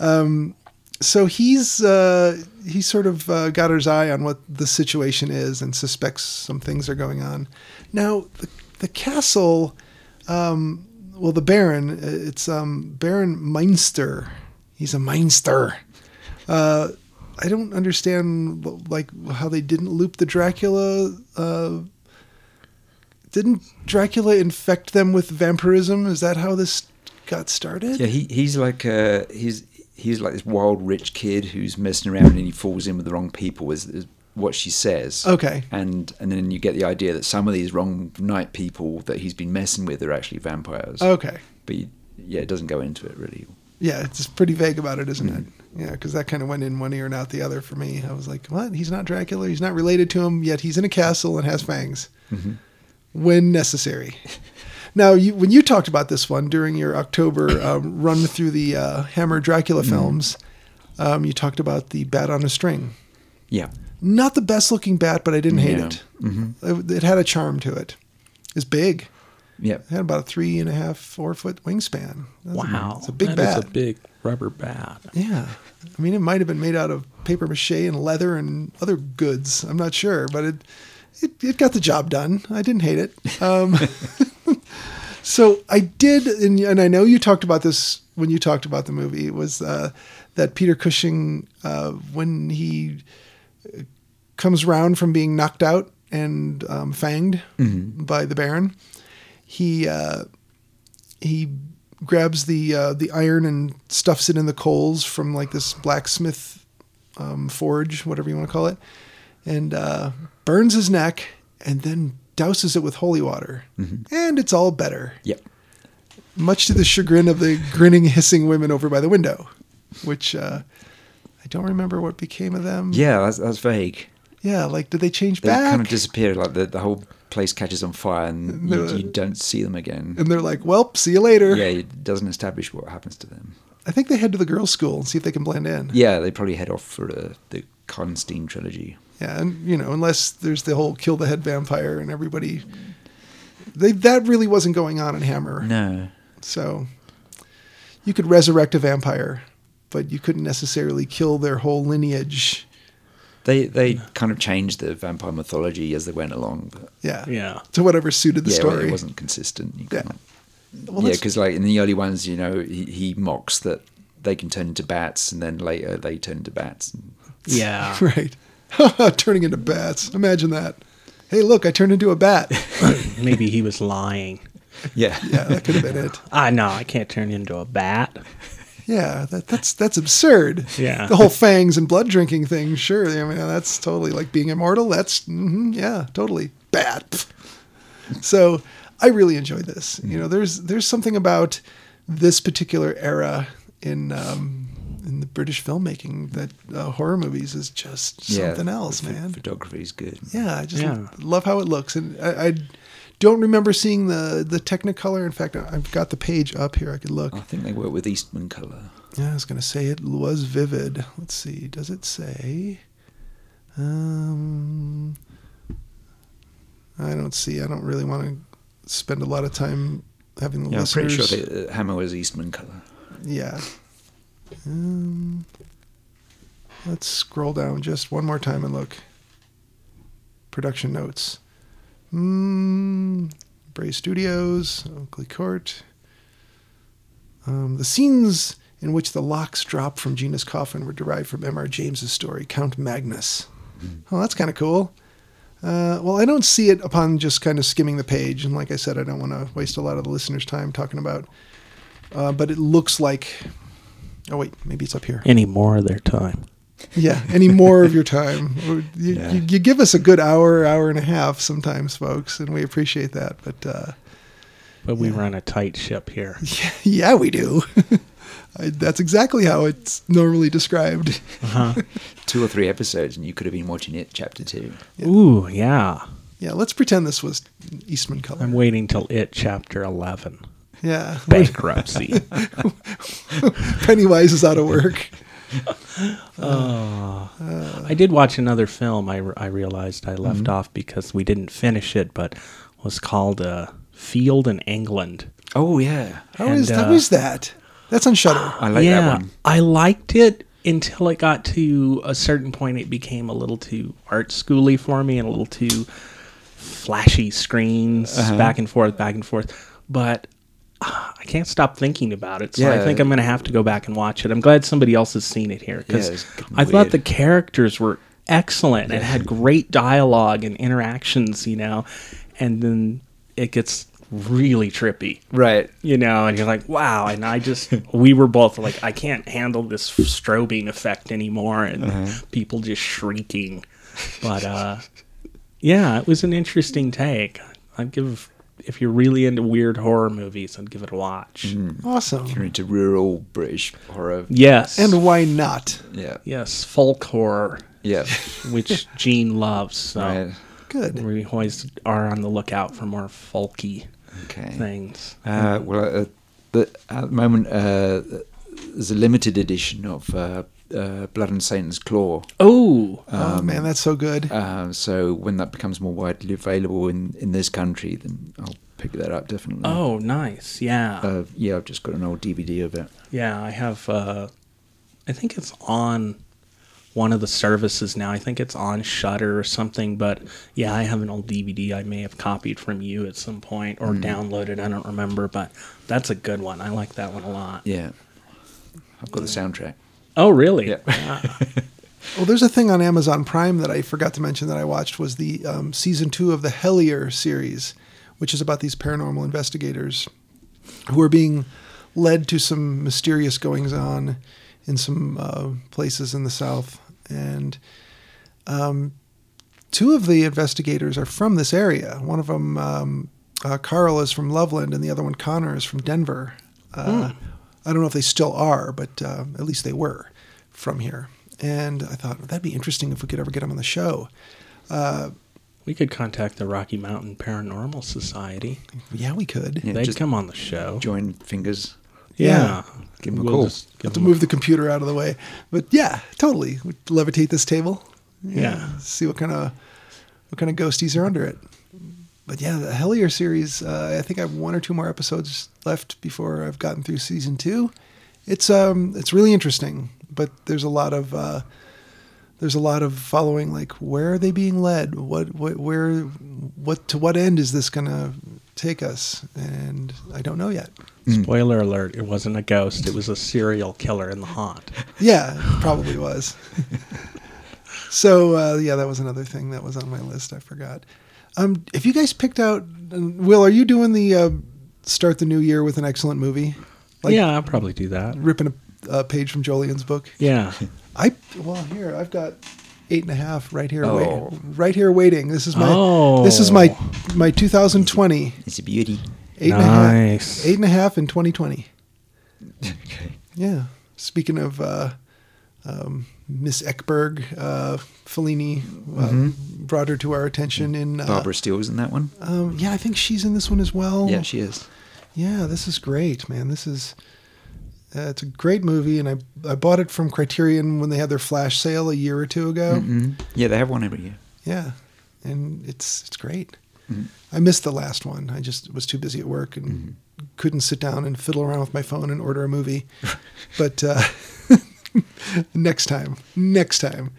Speaker 1: Um, so he's uh, he sort of uh, got his eye on what the situation is and suspects some things are going on. Now the, the castle, um, well, the Baron, uh, it's um, Baron Meinster. He's a Meinster. Uh, I don't understand like how they didn't loop the Dracula. Uh, didn't Dracula infect them with vampirism? Is that how this got started?
Speaker 3: Yeah, he, he's like uh, he's he's like this wild rich kid who's messing around and he falls in with the wrong people. Is, is what she says.
Speaker 1: Okay.
Speaker 3: and and then you get the idea that some of these wrong night people that he's been messing with are actually vampires.
Speaker 1: Okay.
Speaker 3: but you, yeah, it doesn't go into it really.
Speaker 1: Yeah, it's just pretty vague about it, isn't it? Yeah, because that kind of went in one ear and out the other for me. I was like, what? He's not Dracula. He's not related to him, yet he's in a castle and has fangs
Speaker 2: Mm-hmm.
Speaker 1: when necessary. now, you, when you talked about this one during your October um, run through the uh, Hammer Dracula
Speaker 2: Mm-hmm.
Speaker 1: films, um, you talked about the bat on a string.
Speaker 3: Yeah,
Speaker 1: Not the best looking bat, but I didn't hate
Speaker 3: No.
Speaker 1: it.
Speaker 2: Mm-hmm.
Speaker 1: it. It had a charm to it. It's big.
Speaker 3: yeah.
Speaker 1: It had about a three and a half, four foot wingspan. That's a-
Speaker 2: wow,
Speaker 1: it's a big
Speaker 2: That
Speaker 1: bat.
Speaker 2: is a big rubber bat.
Speaker 1: Yeah. I mean, it might have been made out of paper mache and leather and other goods. I'm not sure, but it it, it got the job done. I didn't hate it. Um, So I did, and, and I know you talked about this when you talked about the movie. Was uh, that Peter Cushing uh, when he uh, comes round from being knocked out and um, fanged by the Baron? He uh, he grabs the uh, the iron and stuffs it in the coals from like this blacksmith um, forge, whatever you want to call it, and uh, burns his neck, and then douses it with holy water,
Speaker 3: Mm-hmm.
Speaker 1: and it's all better,
Speaker 3: Yep.
Speaker 1: much to the chagrin of the grinning, hissing women over by the window, which uh, I don't remember what became of them.
Speaker 3: Yeah, that's, that's vague.
Speaker 1: Yeah, like did they change
Speaker 3: They
Speaker 1: back?
Speaker 3: kind of disappear. Like the, the whole place catches on fire, and you, you don't see them again.
Speaker 1: and they're like, "Welp, see you later."
Speaker 3: Yeah, it doesn't establish what happens to them.
Speaker 1: I think they head to the girls' school and see if they can blend in.
Speaker 3: Yeah, they probably head off for uh, the Constein trilogy.
Speaker 1: Yeah, and you know, unless there's the whole kill the head vampire and everybody, they that really wasn't going on in Hammer.
Speaker 3: No.
Speaker 1: So you could resurrect a vampire, but you couldn't necessarily kill their whole lineage.
Speaker 3: They they kind of changed the vampire mythology as they went along, but
Speaker 1: Yeah,
Speaker 2: Yeah.
Speaker 1: To whatever suited the
Speaker 3: yeah, well,
Speaker 1: story.
Speaker 3: it wasn't consistent. You
Speaker 1: Yeah.
Speaker 3: can't-
Speaker 1: Well,
Speaker 3: yeah,
Speaker 1: that's-
Speaker 3: because like in the early ones, you know, he, he mocks that they can turn into bats, and then later they turn into bats. And
Speaker 2: Yeah.
Speaker 1: right. Turning into bats. Imagine that. Hey, look, I turned into a bat.
Speaker 2: Maybe he was lying.
Speaker 3: yeah,
Speaker 1: Yeah, that could have been it.
Speaker 2: I know I can't turn into a bat.
Speaker 1: Yeah, that, that's that's absurd.
Speaker 2: Yeah.
Speaker 1: the whole fangs and blood drinking thing. Sure, I mean that's totally like being immortal. That's mhm, yeah, totally bad. Pff. So I really enjoyed this. You know, there's there's something about this particular era in um, in the British filmmaking that uh, horror movies is just
Speaker 3: Yeah,
Speaker 1: something else,
Speaker 3: the ph-
Speaker 1: man.
Speaker 3: Photography is good.
Speaker 1: Yeah, I just
Speaker 2: Yeah.
Speaker 1: love how it looks, and I, I don't remember seeing the the Technicolor. In fact, I- I've got the page up here. I could look.
Speaker 3: I think they work with Eastman color.
Speaker 1: Yeah, I was gonna say it was vivid. Let's see, does it say? Um, I don't see. I don't really want to spend a lot of time having the
Speaker 3: Yeah, I'm pretty
Speaker 1: listeners.
Speaker 3: sure the uh, hammer was Eastman color.
Speaker 1: Yeah. Um, let's scroll down just one more time and look. Production notes. Hmm. Bray Studios, Oakley Court. Um, the scenes in which the locks drop from Gina's coffin were derived from M.R. James's story, Count Magnus. Oh, that's kind of cool. Uh, well, I don't see it upon just kind of skimming the page. And like I said, I don't want to waste a lot of the listeners' time talking about uh, but it looks like. Oh wait, maybe it's up here.
Speaker 2: Any more of their time?
Speaker 1: Yeah. Any more of your time? You,
Speaker 3: Yeah.
Speaker 1: you, you give us a good hour, hour and a half sometimes, folks, and we appreciate that. But uh,
Speaker 2: But we run a tight ship here.
Speaker 1: yeah, we do. I, that's exactly how it's normally described.
Speaker 3: Two or three episodes, and you could have been watching it, chapter two.
Speaker 2: Ooh, yeah.
Speaker 1: Yeah. Let's pretend this was Eastman color.
Speaker 2: I'm waiting till it chapter eleven.
Speaker 1: yeah.
Speaker 2: Bankruptcy.
Speaker 1: Pennywise is out of work.
Speaker 2: I did watch another film. I, re- I realized I left off because we didn't finish it, but was called uh, Field in England.
Speaker 3: Oh yeah,
Speaker 1: How
Speaker 2: And,
Speaker 1: is how
Speaker 2: uh,
Speaker 1: is that? That's on Shutter.
Speaker 3: I like
Speaker 2: yeah,
Speaker 3: that one.
Speaker 2: I liked it until it got to a certain point. It became a little too art schooly for me and a little too flashy screens
Speaker 3: Uh-huh.
Speaker 2: back and forth, back and forth. But uh, I can't stop thinking about it, so I
Speaker 3: Yeah.
Speaker 2: think I'm going to have to go back and watch it. I'm glad somebody else has seen it here
Speaker 3: Yeah,
Speaker 2: because
Speaker 3: it's getting
Speaker 2: I thought
Speaker 3: weird.
Speaker 2: the characters were excellent and had great dialogue and interactions, you know, and then it gets really trippy
Speaker 3: Right.
Speaker 2: you know, and you're like, wow. And I just, we were both like, I can't handle this strobing effect anymore, and
Speaker 3: Uh-huh.
Speaker 2: people just shrieking. But uh, yeah, it was an interesting take. I'd give if you're really into weird horror movies, I'd give it a watch.
Speaker 3: Mm-hmm.
Speaker 1: Awesome.
Speaker 3: You're into rural British horror.
Speaker 2: Yes,
Speaker 1: And why not?
Speaker 3: Yeah.
Speaker 2: yes, folk horror,
Speaker 3: Yeah.
Speaker 2: which Gene loves. So
Speaker 3: Right.
Speaker 1: Good.
Speaker 2: we always are on the lookout for more folky
Speaker 3: Okay.
Speaker 2: things.
Speaker 3: Uh, well, uh, but at the moment, uh, there's a limited edition of uh, uh, Blood and Satan's Claw.
Speaker 2: Oh,
Speaker 1: oh man, that's so good.
Speaker 3: Um, so when that becomes more widely available in, in this country, then I'll pick that up definitely.
Speaker 2: oh, nice. Yeah.
Speaker 3: Uh, yeah, I've just got an old DVD of it.
Speaker 2: Yeah, I have. Uh, I think it's on one of the services now. I think it's on Shutter or something. But yeah, I have an old DVD I may have copied from you at some point or
Speaker 3: Mm-hmm.
Speaker 2: downloaded. I don't remember, but that's a good one. I like that one a lot.
Speaker 3: Yeah. I've got the soundtrack.
Speaker 2: Oh, really?
Speaker 3: Yeah.
Speaker 1: Well, Oh, there's a thing on Amazon Prime that I forgot to mention that I watched was the um, season two of the Hellier series, which is about these paranormal investigators who are being led to some mysterious goings on in some uh, places in the South. And two of the investigators are from this area. One of them, um, uh, Carl, is from Loveland, and the other one, Connor, is from Denver. Uh, I don't know if they still are, but uh, at least they were from here. And I thought that'd be interesting if we could ever get them on the show.
Speaker 2: We could contact the Rocky Mountain Paranormal Society.
Speaker 1: Yeah, we could.
Speaker 3: Yeah,
Speaker 2: They'd
Speaker 3: just
Speaker 2: come on the show.
Speaker 3: join fingers.
Speaker 1: Yeah.
Speaker 3: Give 'em a
Speaker 2: We'll
Speaker 3: call.
Speaker 2: just give
Speaker 1: Have to
Speaker 2: 'em a-
Speaker 1: move the computer out of the way. But yeah, totally. We'd levitate this table.
Speaker 2: Yeah.
Speaker 1: See what kind of what kind of ghosties are under it. But yeah, the Hellier series. Uh, I think I have one or two more episodes left before I've gotten through season two. It's um it's really interesting, but there's a lot of uh, there's a lot of following. Like where are they being led? What what where what to what end is this gonna take us? And I don't know yet.
Speaker 3: Mm.
Speaker 2: Spoiler alert, it wasn't a ghost. It was a serial killer in the haunt.
Speaker 1: Yeah, it probably was. so uh, yeah, that was another thing that was on my list. I forgot. Um, if you guys picked out, uh, Will, are you doing the uh, start the new year with an excellent movie? Like-
Speaker 2: yeah, I'll probably do that.
Speaker 1: Ripping a, a page from Jolien's book.
Speaker 2: Yeah.
Speaker 1: I well here I've got eight and a half right here,
Speaker 3: Oh.
Speaker 1: wait, right here waiting. This is my
Speaker 2: Oh.
Speaker 1: this is my my 2020
Speaker 3: It's a beauty.
Speaker 1: eight and a half-
Speaker 2: Nice.
Speaker 1: eight and a half in 2020.
Speaker 3: okay.
Speaker 1: Yeah. Speaking of uh, um, Miss Ekberg, uh, Fellini uh,
Speaker 3: Mm-hmm.
Speaker 1: brought her to our attention in. Uh, oh.
Speaker 3: Barbara Steele's in that one.
Speaker 1: Um, yeah, I think she's in this one as well.
Speaker 3: Yeah, she is.
Speaker 1: Yeah, this is great, man. This is. Uh, it's a great movie, and I I bought it from Criterion when they had their flash sale a year or two ago.
Speaker 3: Mm. Yeah, they have one every year.
Speaker 1: Yeah, and it's it's great.
Speaker 3: Mm-hmm.
Speaker 1: I missed the last one. I just was too busy at work and
Speaker 3: Mm-hmm.
Speaker 1: couldn't sit down and fiddle around with my phone and order a movie. but uh, next time, next time.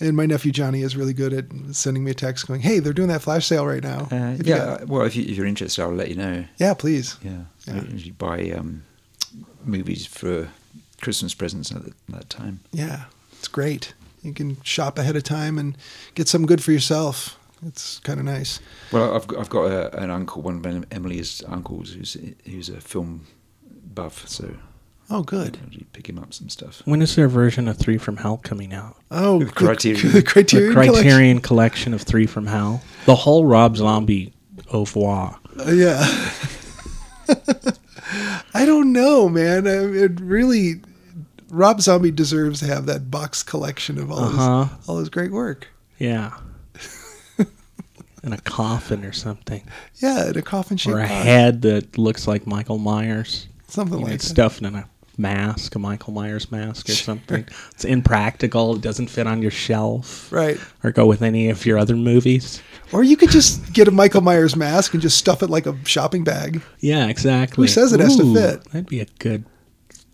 Speaker 1: And my nephew Johnny is really good at sending me a text going, "Hey, they're doing that flash sale right now.
Speaker 3: Uh,
Speaker 1: If you
Speaker 3: yeah.
Speaker 1: got-
Speaker 3: uh, Well, if, you, if you're interested, I'll let you know.
Speaker 1: yeah, please."
Speaker 3: Yeah.
Speaker 1: Yeah.
Speaker 3: I usually buy um, movies for Christmas presents at that- that time.
Speaker 1: Yeah, it's great. You can shop ahead of time and get something good for yourself. It's kind of nice.
Speaker 3: Well, I've got, I've got a, an uncle, one of Em- Emily's uncles, who's who's a film buff, so
Speaker 1: Oh,
Speaker 3: I
Speaker 1: good.
Speaker 3: usually pick him up some stuff.
Speaker 2: When is their version of Three from Hell coming out?
Speaker 1: Oh,
Speaker 3: The
Speaker 1: good-
Speaker 3: Criterion.
Speaker 1: the Criterion.
Speaker 2: the
Speaker 1: collection.
Speaker 2: Criterion collection. of Three from Hell. The whole Rob Zombie au revoir.
Speaker 1: Uh, yeah. I don't know, man. I mean, it really, Rob Zombie deserves to have that box collection of all
Speaker 2: Uh-huh.
Speaker 1: his all his great work.
Speaker 2: Yeah. In a coffin or something.
Speaker 1: Yeah, in a coffin shape,
Speaker 2: Or a head that looks like Michael Myers.
Speaker 1: something
Speaker 2: You know,
Speaker 1: like
Speaker 2: it's
Speaker 1: that.
Speaker 2: stuffed in a mask, a Michael Myers mask or something. It's impractical. It doesn't fit on your shelf.
Speaker 1: Right.
Speaker 2: Or go with any of your other movies.
Speaker 1: Or you could just get a Michael Myers mask and just stuff it like a shopping bag.
Speaker 2: Yeah, exactly.
Speaker 1: Who says it has to fit?
Speaker 2: That'd be a good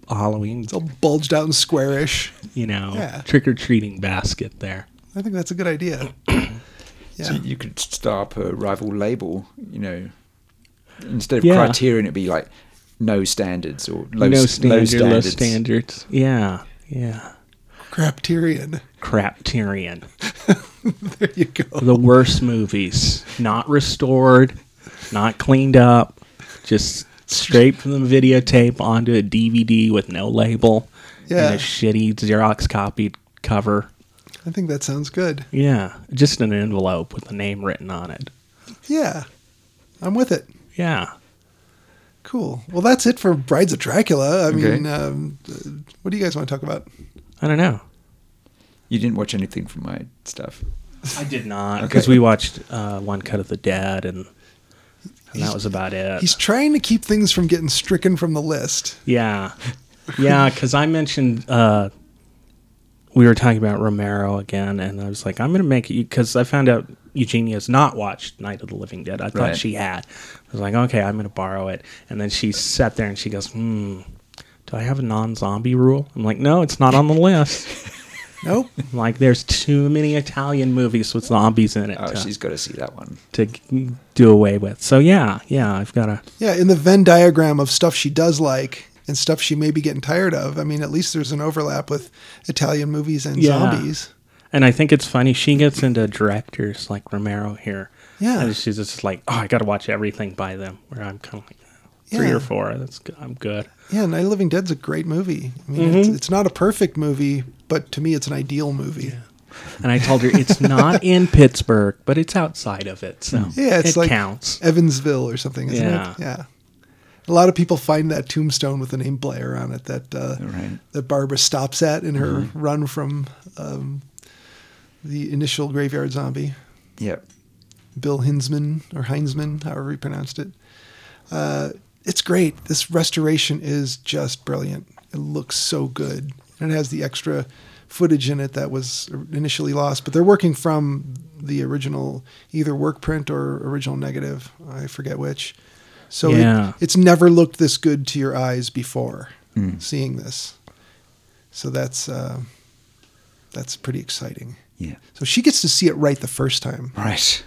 Speaker 2: Halloween,
Speaker 1: It's all bulged out and squarish.
Speaker 2: you know,
Speaker 1: Yeah.
Speaker 2: trick or treating basket there.
Speaker 1: I think that's a good idea. Yeah.
Speaker 3: So you could start up a rival label, you know. Instead of
Speaker 2: Yeah.
Speaker 3: criterion, it'd be like no standards or low,
Speaker 2: no
Speaker 3: s- low
Speaker 2: standard, low
Speaker 3: standards.
Speaker 2: standards. Yeah, yeah.
Speaker 1: Crapterion.
Speaker 2: Crapterion.
Speaker 1: There you go.
Speaker 2: The worst movies, not restored, not cleaned up, just straight from the videotape onto a DVD with no label
Speaker 1: Yeah.
Speaker 2: and a shitty Xerox copied cover.
Speaker 1: I think that sounds good.
Speaker 2: Yeah, just an envelope with a name written on it.
Speaker 1: Yeah. I'm with it.
Speaker 2: Yeah.
Speaker 1: Cool. Well, that's it for Brides of Dracula. I
Speaker 3: Okay.
Speaker 1: mean, um, uh, what do you guys want to talk about?
Speaker 2: I don't know.
Speaker 3: You didn't watch anything from my stuff.
Speaker 2: I did not
Speaker 3: Okay.
Speaker 2: because we watched uh, One Cut of the Dead and, and that was about it.
Speaker 1: He's trying to keep things from getting stricken from the list.
Speaker 2: Yeah, yeah. Because I mentioned uh, we were talking about Romero again, and I was like, I'm going to make it because I found out Eugenia's not watched Night of the Living Dead. I thought
Speaker 3: Right.
Speaker 2: she had. I was like, okay, I'm going to borrow it. And then she sat there and she goes, hmm. Do I have a non-zombie rule? I'm like, no, it's not on the list.
Speaker 1: Nope.
Speaker 2: Like, there's too many Italian movies with zombies in it
Speaker 3: Oh,
Speaker 2: to,
Speaker 3: she's got to see that one.
Speaker 2: to g- do away with. So yeah, yeah, I've got to.
Speaker 1: Yeah, in the Venn diagram of stuff she does like and stuff she may be getting tired of. I mean, at least there's an overlap with Italian movies and
Speaker 2: Yeah.
Speaker 1: zombies.
Speaker 2: And I think it's funny she gets into directors like Romero here.
Speaker 1: Yeah.
Speaker 2: and she's just like, oh, I got to watch everything by them. Where I'm kind of like three
Speaker 1: Yeah.
Speaker 2: or four. That's good. I'm good.
Speaker 1: Yeah, Night of the Living Dead's a great movie. I mean, it's, it's not a perfect movie, but to me, it's an ideal movie. Yeah,
Speaker 2: And I told her it's not in Pittsburgh, but it's outside of it, so
Speaker 1: it's
Speaker 2: it
Speaker 1: like
Speaker 2: counts.
Speaker 1: Evansville or something, isn't
Speaker 2: Yeah.
Speaker 1: it? Yeah. A lot of people find that tombstone with the name Blair on it that uh,
Speaker 3: Right.
Speaker 1: that Barbara stops at in her run from um, the initial graveyard zombie.
Speaker 3: Yeah.
Speaker 1: Bill Hinsman or Heinzman, however you pronounced it. Uh, it's great. This restoration is just brilliant. It looks so good. And it has the extra footage in it that was initially lost, but they're working from the original either work print or original negative. I forget which. So it-
Speaker 2: Yeah.
Speaker 1: it's never looked this good to your eyes before seeing this. So that's uh, that's pretty exciting.
Speaker 3: Yeah.
Speaker 1: So she gets to see it right the first time.
Speaker 3: Right.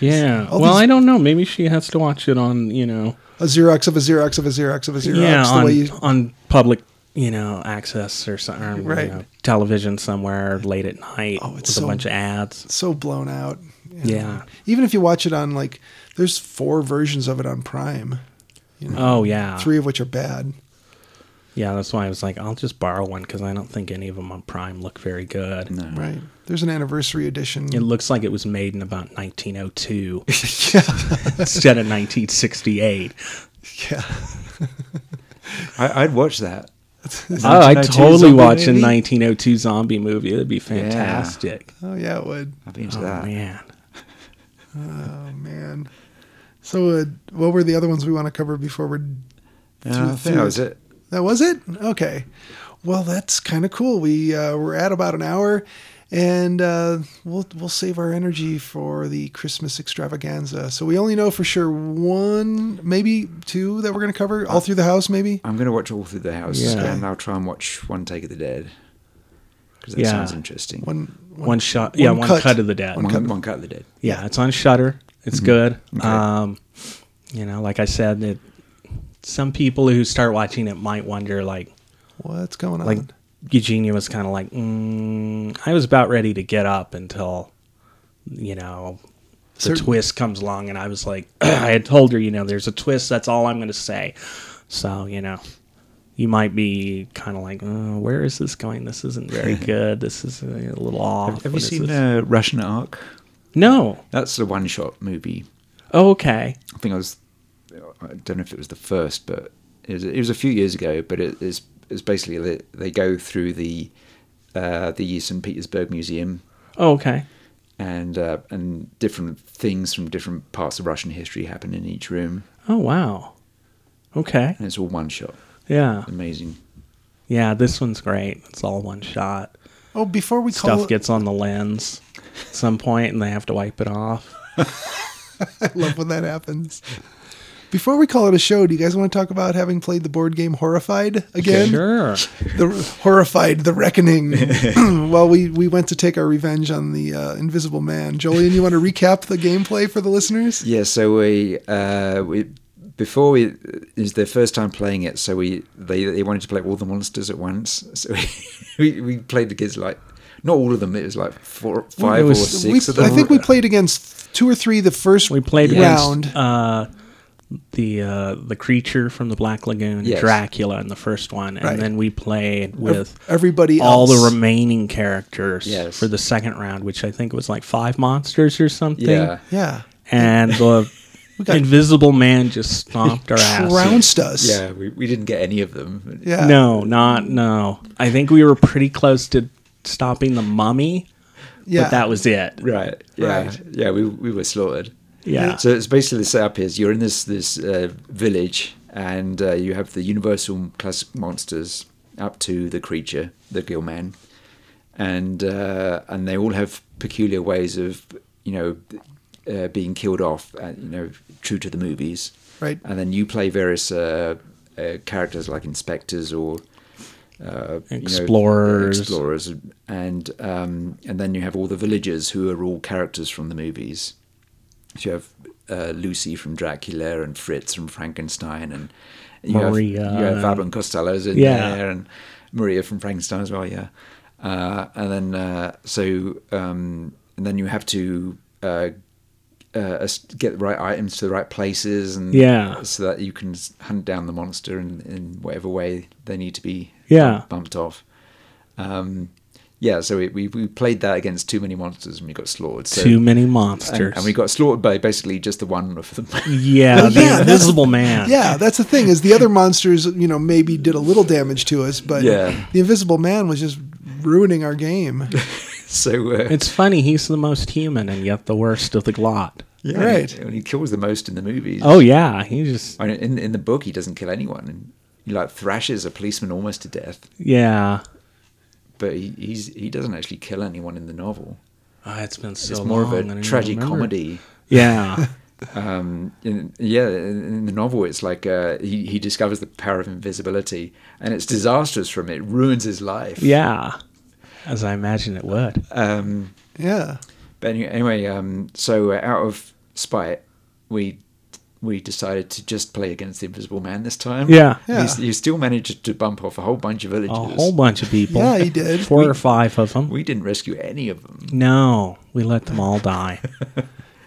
Speaker 2: Yeah.
Speaker 1: all
Speaker 2: Well,
Speaker 1: these-
Speaker 2: I don't know. Maybe she has to watch it on you know,
Speaker 1: a Xerox of a Xerox of a Xerox of a Xerox.
Speaker 2: yeah,
Speaker 1: the way
Speaker 2: on,
Speaker 1: you,
Speaker 2: on public you know access or some or, you
Speaker 1: Right.
Speaker 2: know, television somewhere late at night
Speaker 1: Oh, it's
Speaker 2: with
Speaker 1: so-
Speaker 2: a bunch of ads.
Speaker 1: it's so blown out. you know.
Speaker 2: Yeah.
Speaker 1: Even if you watch it on like, there's four versions of it on Prime,
Speaker 2: Oh yeah.
Speaker 1: three of which are bad.
Speaker 2: Yeah, that's why I was like, I'll just borrow one because I don't think any of them on Prime look very good.
Speaker 3: No.
Speaker 1: Right. There's an anniversary edition.
Speaker 2: It looks like it was made in about 1902 instead of 1968.
Speaker 1: Yeah.
Speaker 3: I, I'd watch that.
Speaker 2: Oh, I
Speaker 3: 1902
Speaker 2: totally
Speaker 3: zombie
Speaker 2: watch a
Speaker 3: movie?
Speaker 2: 1902 zombie movie. It'd be fantastic.
Speaker 1: Oh yeah, it would.
Speaker 3: I'd be into
Speaker 2: Oh
Speaker 3: that.
Speaker 2: man,
Speaker 1: Oh man. So uh, what were the other ones we want to cover before we're?
Speaker 3: Yeah, Uh, I think that was it.
Speaker 1: That was it. Okay. Well, that's kind of cool. We uh, we're at about an hour, and uh, we'll we'll save our energy for the Christmas extravaganza. So we only know for sure one, maybe two that we're going to cover all through the house. Maybe
Speaker 3: I'm going to watch all through the house,
Speaker 2: Yeah.
Speaker 3: and I'll try and watch One Take of the Dead because that
Speaker 2: Yeah.
Speaker 3: sounds interesting. One,
Speaker 1: one.
Speaker 2: one, shot. yeah, one cut. of the dead.
Speaker 1: One
Speaker 3: cut,
Speaker 1: cut.
Speaker 3: one cut of the Dead.
Speaker 2: yeah, it's on Shutter. It's good.
Speaker 3: Okay.
Speaker 2: Um, you know, like I said, it, some people who start watching it might wonder, like,
Speaker 1: What's going on?
Speaker 2: like Eugenia was kind of like, mm, I was about ready to get up until, you know, the
Speaker 1: Certain-
Speaker 2: twist comes along, and I was like, I had told her, you know, there's a twist. That's all I'm going to say. So you know, you might be kind of like, uh, where is this going? This isn't very good. This is a little off.
Speaker 3: Have you
Speaker 2: What is
Speaker 3: seen
Speaker 2: this?"
Speaker 3: uh, Russian Ark?
Speaker 2: no.
Speaker 3: That's the one shot movie.
Speaker 2: Oh, okay.
Speaker 3: I think I was. I don't know if it was the first, but it was, it was a few years ago. But it is it's basically they, they go through the uh, the St Petersburg Museum
Speaker 2: Oh, okay.
Speaker 3: and uh, and different things from different parts of Russian history happen in each room,
Speaker 2: Oh, wow. Okay.
Speaker 3: and it's all one shot.
Speaker 2: Yeah.
Speaker 3: Amazing.
Speaker 2: Yeah. This one's great. It's all one shot.
Speaker 1: oh, before we call
Speaker 2: stuff
Speaker 1: it,
Speaker 2: gets on the lens at some point and they have to wipe it off.
Speaker 1: I love when that happens. Before we call it a show, do you guys want to talk about having played the board game Horrified again?
Speaker 2: Sure.
Speaker 1: the horrified, the reckoning. well, we we went to take our revenge on the uh, Invisible Man. Julian, you want to recap the gameplay for the listeners?
Speaker 3: Yeah, so we uh, we before we it was their first time playing it, so we they they wanted to play all the monsters at once, so we we, we played the kids like not all of them. It was like four, five
Speaker 2: was-
Speaker 3: or
Speaker 1: We-
Speaker 3: six of them.
Speaker 1: I think we played against two or three the first.
Speaker 2: We played
Speaker 1: round.
Speaker 2: against uh, the uh, the creature from the Black Lagoon,
Speaker 3: Yes.
Speaker 2: Dracula, in the first one, and
Speaker 1: Right.
Speaker 2: then we played with
Speaker 1: everybody
Speaker 2: all the
Speaker 1: else.
Speaker 2: remaining characters
Speaker 3: Yes.
Speaker 2: for the second round, which I think was like five monsters or something.
Speaker 3: yeah,
Speaker 1: yeah,
Speaker 2: and the
Speaker 1: got-
Speaker 2: Invisible Man just stomped our ass.
Speaker 1: trounced us.
Speaker 3: yeah. We, we didn't get any of them.
Speaker 1: yeah.
Speaker 2: No, not no. I think we were pretty close to stopping the mummy,
Speaker 1: yeah.
Speaker 2: but that was it.
Speaker 3: Right. Yeah.
Speaker 1: Right.
Speaker 3: Yeah. We we were slaughtered.
Speaker 2: Yeah.
Speaker 3: So it's basically the setup is you're in this this uh, village and uh, you have the universal class monsters up to the creature, the gill man, and uh, and they all have peculiar ways of you know uh, being killed off, uh, you know, true to the movies.
Speaker 1: Right.
Speaker 3: And then you play various uh, uh, characters like inspectors or uh, you know,
Speaker 2: Explorers.
Speaker 3: explorers, and um, and then you have all the villagers who are all characters from the movies. So you have uh, Lucy from Dracula and Fritz from Frankenstein, and you
Speaker 2: Maria
Speaker 3: have you have
Speaker 2: and-
Speaker 3: Abbott and Costello's in
Speaker 2: Yeah.
Speaker 3: there, and Maria from Frankenstein as well. Yeah, uh, and then uh, so um, and then you have to. Uh, uh, as- get the right items to the right places, and
Speaker 2: Yeah.
Speaker 3: so that you can s- hunt down the monster in, in whatever way they need to be
Speaker 2: Yeah.
Speaker 3: bumped off. Um, yeah, so we, we, we played that against too many monsters and we got slaughtered. So,
Speaker 2: Too many
Speaker 3: and,
Speaker 2: monsters.
Speaker 3: and we got slaughtered by basically just the one of them.
Speaker 2: yeah,
Speaker 1: Well, yeah,
Speaker 2: the
Speaker 1: that's-
Speaker 2: Invisible Man.
Speaker 1: Yeah, that's the thing is the other monsters, you know, maybe did a little damage to us, but
Speaker 3: Yeah.
Speaker 1: the Invisible Man was just ruining our game.
Speaker 3: so uh,
Speaker 2: It's funny, he's the most human and yet the worst of the glot.
Speaker 3: yeah,
Speaker 1: right.
Speaker 3: and he, and he kills the most in the movies.
Speaker 2: Oh, yeah, he just,
Speaker 3: I mean, in in the book he doesn't kill anyone. And he like thrashes a policeman almost to death,
Speaker 2: yeah.
Speaker 3: but he he's, he doesn't actually kill anyone in the novel.
Speaker 2: Ah, it's been so
Speaker 3: It's
Speaker 2: long.
Speaker 3: more
Speaker 2: I
Speaker 3: of
Speaker 2: don't
Speaker 3: a
Speaker 2: even
Speaker 3: tragic
Speaker 2: remember.
Speaker 3: comedy.
Speaker 2: Yeah.
Speaker 3: um, in, yeah, in, in the novel, it's like uh, he, he discovers the power of invisibility, and it's disastrous from it. It ruins his life.
Speaker 2: Yeah. As I imagine it would.
Speaker 3: Um,
Speaker 1: Yeah.
Speaker 3: but anyway, anyway um, so uh, out of spite, we we decided to just play against the Invisible Man this time.
Speaker 2: Yeah.
Speaker 1: Yeah.
Speaker 3: He's- He still managed to bump off a whole bunch of
Speaker 2: A
Speaker 3: villagers.
Speaker 2: whole bunch of people.
Speaker 1: Yeah, he did.
Speaker 2: Four or five of them.
Speaker 3: we didn't rescue any of them.
Speaker 2: no, we let them all die.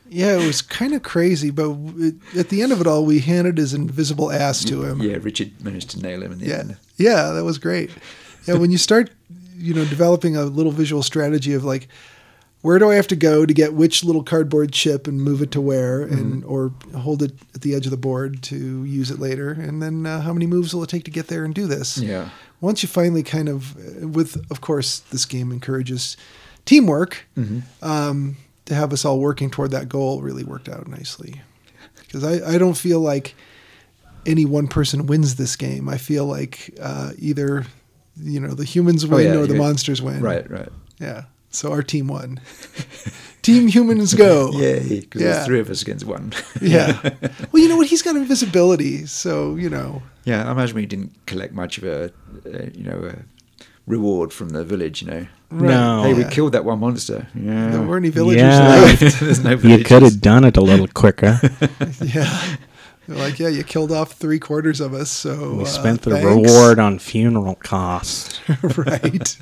Speaker 1: Yeah, it was kind of crazy, but w- at the end of it all, we handed his invisible ass to him.
Speaker 3: Yeah, Richard managed to nail him in the
Speaker 1: Yeah,
Speaker 3: end.
Speaker 1: yeah, that was great. Yeah, when you start, you know, developing a little visual strategy of like, where do I have to go to get which little cardboard chip and move it to where,
Speaker 3: Mm-hmm.
Speaker 1: and or hold it at the edge of the board to use it later, and then uh, how many moves will it take to get there and do this?
Speaker 3: Yeah.
Speaker 1: Once you finally kind of, uh, with of course, this game encourages teamwork.
Speaker 3: Mm-hmm.
Speaker 1: Um, to have us all working toward that goal really worked out nicely because I, I don't feel like any one person wins this game. I feel like uh, either you know the humans win
Speaker 3: Oh, yeah,
Speaker 1: or the
Speaker 3: you-
Speaker 1: monsters win.
Speaker 3: Right, right.
Speaker 1: Yeah. So our team won. team humans go.
Speaker 3: Yay, because
Speaker 1: Oh. Yeah.
Speaker 3: there's three of us against one.
Speaker 1: Yeah. well, you know what? He's got invisibility, so you know.
Speaker 3: Yeah, I imagine we didn't collect much of a, uh you know, a reward from the village. You know,
Speaker 2: No.
Speaker 3: hey, we
Speaker 1: Yeah.
Speaker 3: killed that one monster. Yeah,
Speaker 1: There weren't any villagers
Speaker 2: Yeah.
Speaker 1: left.
Speaker 3: there's no
Speaker 2: you
Speaker 3: villagers.
Speaker 2: could have done it a little quicker.
Speaker 1: Yeah. They're like, yeah, you killed off three quarters of us, so
Speaker 2: We
Speaker 1: uh,
Speaker 2: spent the
Speaker 1: thanks.
Speaker 2: reward on funeral costs.
Speaker 1: right?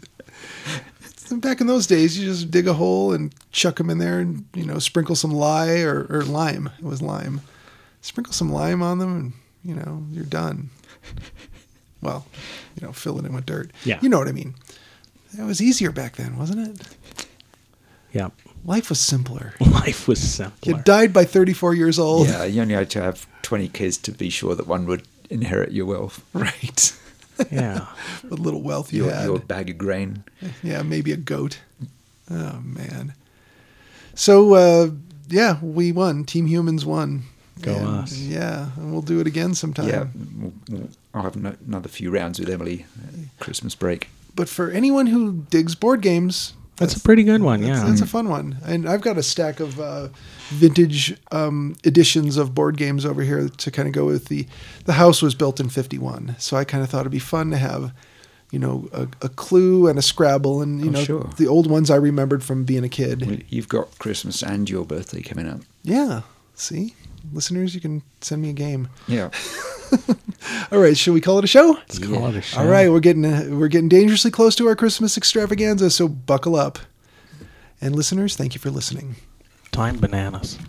Speaker 1: Back in those days, you just dig a hole and chuck them in there, and you know, sprinkle some lye or, or lime. It was lime. Sprinkle some lime on them, and you know, you're done. Well, you know, fill it in with dirt.
Speaker 2: Yeah.
Speaker 1: you know what I mean. It was easier back then, wasn't it?
Speaker 2: Yep.
Speaker 1: Life was simpler.
Speaker 2: Life was simpler.
Speaker 1: You died by 34 years old.
Speaker 3: Yeah, you only had to have twenty kids to be sure that one would inherit your wealth,
Speaker 1: Right.
Speaker 2: yeah.
Speaker 1: What little wealth you
Speaker 3: your,
Speaker 1: had.
Speaker 3: your bag of grain.
Speaker 1: Yeah, maybe a goat. Oh man. So uh, yeah, we won. Team Humans won.
Speaker 2: Go
Speaker 1: and,
Speaker 2: us.
Speaker 1: Yeah, and we'll do it again sometime.
Speaker 3: Yeah, we'll- we'll- I'll have no, another few rounds with Emily at Christmas break.
Speaker 1: But for anyone who digs board games,
Speaker 2: That's a pretty good one.
Speaker 1: that's,
Speaker 2: Yeah.
Speaker 1: that's a fun one. And I've got a stack of uh, vintage um, editions of board games over here to kind of go with the. The house was built in '51, so I kind of thought it'd be fun to have, you know, a, a clue and a Scrabble, and you
Speaker 3: Oh,
Speaker 1: know,
Speaker 3: sure.
Speaker 1: the old ones I remembered from being a kid.
Speaker 3: Well, You've got Christmas and your birthday coming up.
Speaker 1: Yeah. See? Listeners, you can send me a game.
Speaker 3: Yeah,
Speaker 1: All right, should we call it a show?
Speaker 2: Let's call it a show.
Speaker 1: All right, we're getting uh, we're getting dangerously close to our Christmas extravaganza, so buckle up. And listeners, thank you for listening.
Speaker 2: Time bananas.